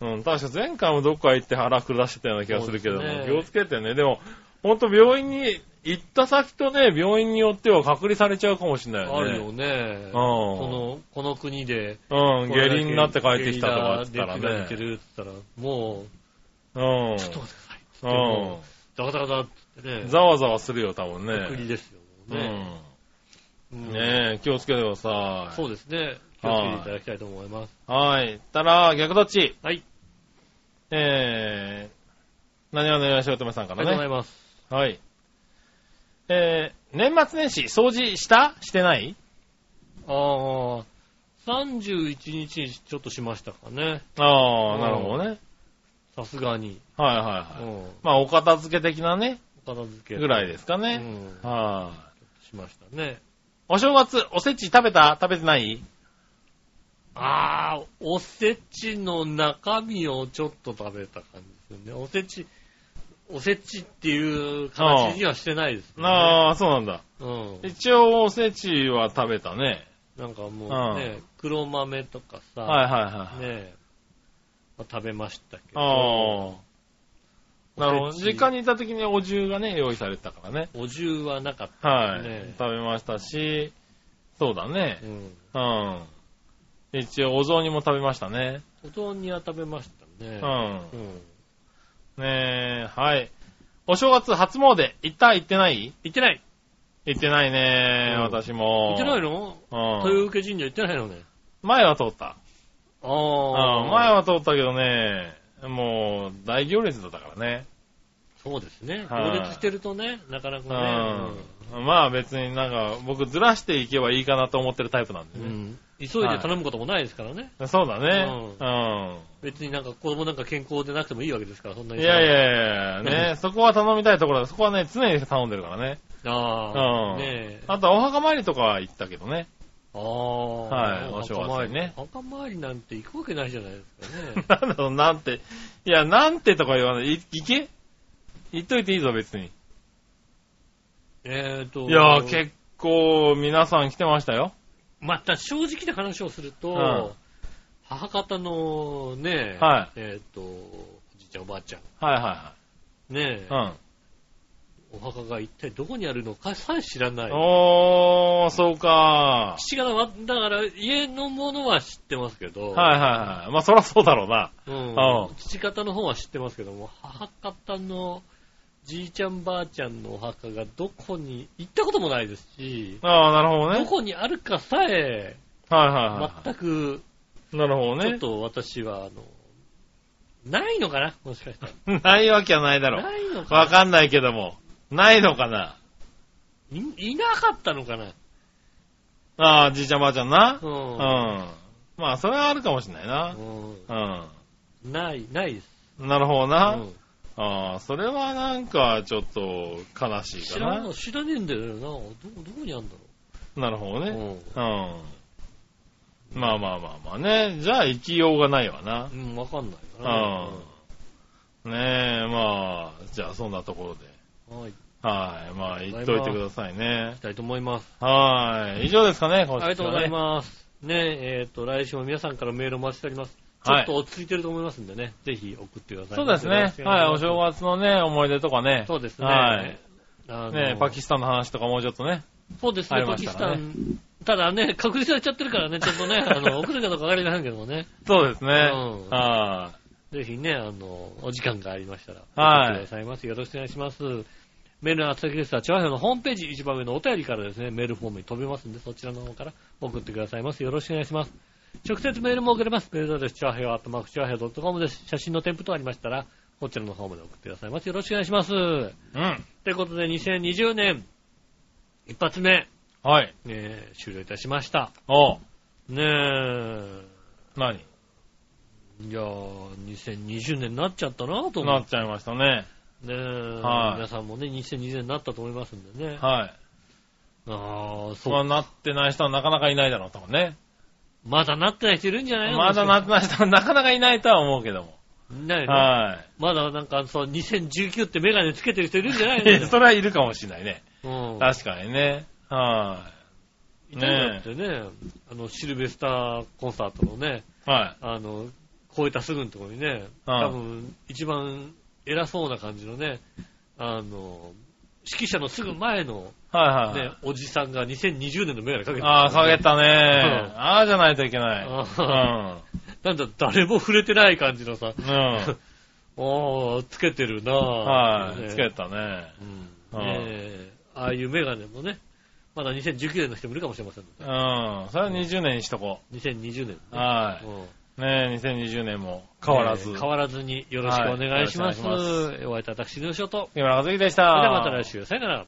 Speaker 2: うん。
Speaker 3: うん、確か前回もどっか行って腹下してたような気がするけども、
Speaker 2: そうですね
Speaker 3: 気をつけてね。でも、ほんと病院に、行った先とね、病院によっては隔離されちゃうかもしれないよね。
Speaker 2: あるよね。
Speaker 3: ん
Speaker 2: その、この国で。
Speaker 3: うん、下痢になって帰ってきたとかって言った
Speaker 2: 下
Speaker 3: ら
Speaker 2: 痢だ
Speaker 3: ね
Speaker 2: 出。てるって言ったら、も
Speaker 3: うん。
Speaker 2: う、ちょっと待ってくださいって言って。
Speaker 3: う
Speaker 2: もうダカダカダってね
Speaker 3: ん。。ざわざわするよ、多分
Speaker 2: 隔
Speaker 3: ね。
Speaker 2: 離ですよ。
Speaker 3: う
Speaker 2: ね。
Speaker 3: ん。
Speaker 2: うん
Speaker 3: ねえ、気をつけてください。
Speaker 2: そうですね。気をつけていただきたいと思います。
Speaker 3: はい。たら、逆どっち
Speaker 2: はい。
Speaker 3: えー、何をお願いしようとめさんか
Speaker 2: ありが
Speaker 3: ら
Speaker 2: とうござ
Speaker 3: ね。
Speaker 2: います。
Speaker 3: はい。えー、年末年始、掃除したしてない
Speaker 2: ああ、31日にちょっとしましたかね。
Speaker 3: あ
Speaker 2: う
Speaker 3: あ、
Speaker 2: ん
Speaker 3: なるほどね。
Speaker 2: さすがに。
Speaker 3: はいは
Speaker 2: う
Speaker 3: いはい。
Speaker 2: ん。
Speaker 3: まあ、お片付け的なね、
Speaker 2: お片付け。
Speaker 3: ぐらいですか
Speaker 2: う
Speaker 3: ね。
Speaker 2: ん。
Speaker 3: はい。
Speaker 2: しましたね。
Speaker 3: お正月、おせち食べた食べてない
Speaker 2: ああ、おせちの中身をちょっと食べた感じですよね。おせち、おせちっていう形にはしてないですね。
Speaker 3: ああ、そうなんだ。
Speaker 2: うん。
Speaker 3: 一応、おせちは食べたね。
Speaker 2: なんかもうね、黒豆とかさ、
Speaker 3: はいはいはい。
Speaker 2: ねえ、まあ食べましたけど、
Speaker 3: ああ、
Speaker 2: お
Speaker 3: なるほど。
Speaker 2: 設置
Speaker 3: 実家にいた時にお重がね、用意されてたからね。
Speaker 2: お重はなかった。
Speaker 3: はい。
Speaker 2: ねえ
Speaker 3: 食べましたし、そうだね
Speaker 2: う。ん。
Speaker 3: うん。一応、お雑煮も食べましたね。
Speaker 2: お雑煮は食べましたね。
Speaker 3: うん。
Speaker 2: うん。
Speaker 3: ねえ、はい。お正月初詣、行った行ってない
Speaker 2: 行ってない
Speaker 3: 行ってないね、
Speaker 2: うん
Speaker 3: 私も。
Speaker 2: 行ってないの
Speaker 3: のうん。
Speaker 2: 豊受神社行ってないのね。
Speaker 3: 前は通った。うん、
Speaker 2: あ
Speaker 3: 前は通ったけどね、もう、大行列だったからね。
Speaker 2: そうですね。
Speaker 3: はい
Speaker 2: 行列してるとね、なかなか
Speaker 3: う
Speaker 2: ね。
Speaker 3: ん。まあ別になんか、僕ずらしていけばいいかなと思ってるタイプなんで
Speaker 2: う
Speaker 3: ね。
Speaker 2: ん急いで頼むこともないですからね。
Speaker 3: そうだね。
Speaker 2: う別になんか子供なんか健康でなくてもいいわけですから、そんな
Speaker 3: うん。
Speaker 2: に。
Speaker 3: いやいやいや、
Speaker 2: う
Speaker 3: ね、そこは頼みたいところだ。そこはね、常に頼んでるからね。
Speaker 2: あ
Speaker 3: う
Speaker 2: あ。
Speaker 3: ん
Speaker 2: ねえ。
Speaker 3: あとはお墓参りとかは行ったけどね。
Speaker 2: ああ。
Speaker 3: はいお正月にね。
Speaker 2: お墓参りなんて行くわけないじゃないですか ね
Speaker 3: なんだろう、なんて。いや、なんてとか言わない。い行け行っといていいぞ、別に。
Speaker 2: えっと。
Speaker 3: いやー、結構皆さん来てましたよ。
Speaker 2: また正直な話をすると、
Speaker 3: うん
Speaker 2: 母方のね、
Speaker 3: はい
Speaker 2: えっ、と、おじいちゃんおばあちゃ
Speaker 3: はいは
Speaker 2: ん、ね
Speaker 3: い、は
Speaker 2: お墓が一体どこにあるのかさえ知らない
Speaker 3: い。うん。。おー、そうか
Speaker 2: 父方は、だから家のものは知ってますけど、
Speaker 3: ー。はいはいはい。まあ、そらそうだろうな。
Speaker 2: うん
Speaker 3: うん
Speaker 2: 父方の方は知ってますけども、母方のじいちゃんばあちゃんのお墓がどこに、行ったこともないですし、
Speaker 3: ああ、なるほど
Speaker 2: ど
Speaker 3: ね。
Speaker 2: こにあるかさえ、
Speaker 3: はいはいは
Speaker 2: 全く、
Speaker 3: い。なるほど
Speaker 2: ちょっ
Speaker 3: ね。
Speaker 2: と私は、あの、ないのかなもしかしたら。
Speaker 3: ないわけはないだろう。
Speaker 2: ないのかな
Speaker 3: わかんないけども。ないのかない
Speaker 2: いなかったのかな
Speaker 3: ああ、じいちゃんばあちゃんな
Speaker 2: う。
Speaker 3: うん。
Speaker 2: ん。
Speaker 3: まあ、それはあるかもしれない
Speaker 2: う
Speaker 3: な。
Speaker 2: んない、ないです。
Speaker 3: うん。なるほどな。
Speaker 2: うん
Speaker 3: ああ、それはなんか、ちょっと、悲しい
Speaker 2: 知
Speaker 3: から
Speaker 2: ん
Speaker 3: な
Speaker 2: の、。知らねえんだよな。どこ、どこにあるんだ
Speaker 3: なるほ
Speaker 2: ろ
Speaker 3: どね。
Speaker 2: う。
Speaker 3: うん。まあまあまあまあね。じゃあ、生きようがないわな
Speaker 2: う。ん、うんわかんないか
Speaker 3: うん。ねえ、まあ、じゃあ、そんなところで。
Speaker 2: ら。はい。行
Speaker 3: はい。まあ、言っといてくださいね
Speaker 2: き。たいと思います。
Speaker 3: はい。以上ですかね、
Speaker 2: あ
Speaker 3: 今週はね
Speaker 2: りがとうございます。ねえ、っと、来週も皆さんからメールをお待ちしております。ちょ
Speaker 3: は
Speaker 2: っ
Speaker 3: い
Speaker 2: と落ち着いてると思いますんでね、ぜひ送ってください。
Speaker 3: そうですね。はい。お正
Speaker 2: 月。
Speaker 3: 月のね、思い出とかね。
Speaker 2: そうですね。
Speaker 3: はい。
Speaker 2: あの
Speaker 3: ねパキスタンの話とかもうちょっとね。
Speaker 2: そうです
Speaker 3: あ
Speaker 2: ね、
Speaker 3: り
Speaker 2: パ
Speaker 3: まし
Speaker 2: キ
Speaker 3: た
Speaker 2: スタ
Speaker 3: らね
Speaker 2: ン。ただね、確実されちゃってるからね、ちょっとね、あの、送るかどうかわかりませんけどもね。
Speaker 3: そうですね。
Speaker 2: うん
Speaker 3: は
Speaker 2: ぜひね、あの、お時間がありましたら、
Speaker 3: は
Speaker 2: 送
Speaker 3: い
Speaker 2: ってくださいます。よろしくお願いします。メールの厚先ですは、チョアヘのホームページ一番上のお便りからですね、メールフォームに飛べますんで、そちらの方から送ってくださいます。よろしくお願いします。直接メールも送れます。メールアドレス、チョアヘアットマークチョアヘア .com です。写真の添付等ありましたら、こちらの方まで送ってくださいます。よろしくお願いします。
Speaker 3: い。うん。
Speaker 2: ということで、2020年、一発目、
Speaker 3: はい。
Speaker 2: ね、終了いたしました。
Speaker 3: おう
Speaker 2: ねえ、
Speaker 3: 何
Speaker 2: いやー、2020年になっちゃったなと思
Speaker 3: な
Speaker 2: って
Speaker 3: っちゃいましたね。
Speaker 2: ねえ、
Speaker 3: はい
Speaker 2: 皆さんもね、2020年になったと思いますんでね。
Speaker 3: はい。
Speaker 2: ああ、そう、
Speaker 3: まあ、なってない人はなかなかいないだろうともね。
Speaker 2: まだなってない人いるんじゃないの
Speaker 3: まだなってない人はなかなかいないとは思うけど も。
Speaker 2: ないの
Speaker 3: は。
Speaker 2: まだなんか、そう、2019ってメガネつけてる人いるんじゃない い
Speaker 3: いや
Speaker 2: の
Speaker 3: それはいるかもしれないね。
Speaker 2: うん。
Speaker 3: 確かにね。はい
Speaker 2: たんだってね、あの、シルベスターコンサートのね、
Speaker 3: い。は
Speaker 2: あの、超えたすぐのところにね、
Speaker 3: うん
Speaker 2: 多分、一番偉そうな感じのね、あの、指揮者のすぐ前の
Speaker 3: い。はいはいはい。
Speaker 2: ね、おじさんが2020年のメガネかけて
Speaker 3: ああ、下げ
Speaker 2: た。
Speaker 3: たね。
Speaker 2: うん
Speaker 3: ああじゃないといけない。
Speaker 2: あなんだ、誰も触れてない感じのさ、
Speaker 3: うん。うん。
Speaker 2: おー、つけてるなぁ。
Speaker 3: はい。つけ
Speaker 2: て。
Speaker 3: たね。
Speaker 2: うん。ね
Speaker 3: うん
Speaker 2: えああいうメガネもね、まだ2019年の人もいるかもしれませんの
Speaker 3: う
Speaker 2: で、
Speaker 3: ん。それは20年にしとこ
Speaker 2: 2020年、
Speaker 3: う。は
Speaker 2: うん
Speaker 3: い。ねえ、2020年も変わらず。
Speaker 2: えー変わらずによろしくお願いします。
Speaker 3: はいよろしくお願いし
Speaker 2: お会いいたい私、の仕事。
Speaker 3: 木村和之でし
Speaker 2: そ
Speaker 3: た。
Speaker 2: れではまた来週、さよなら。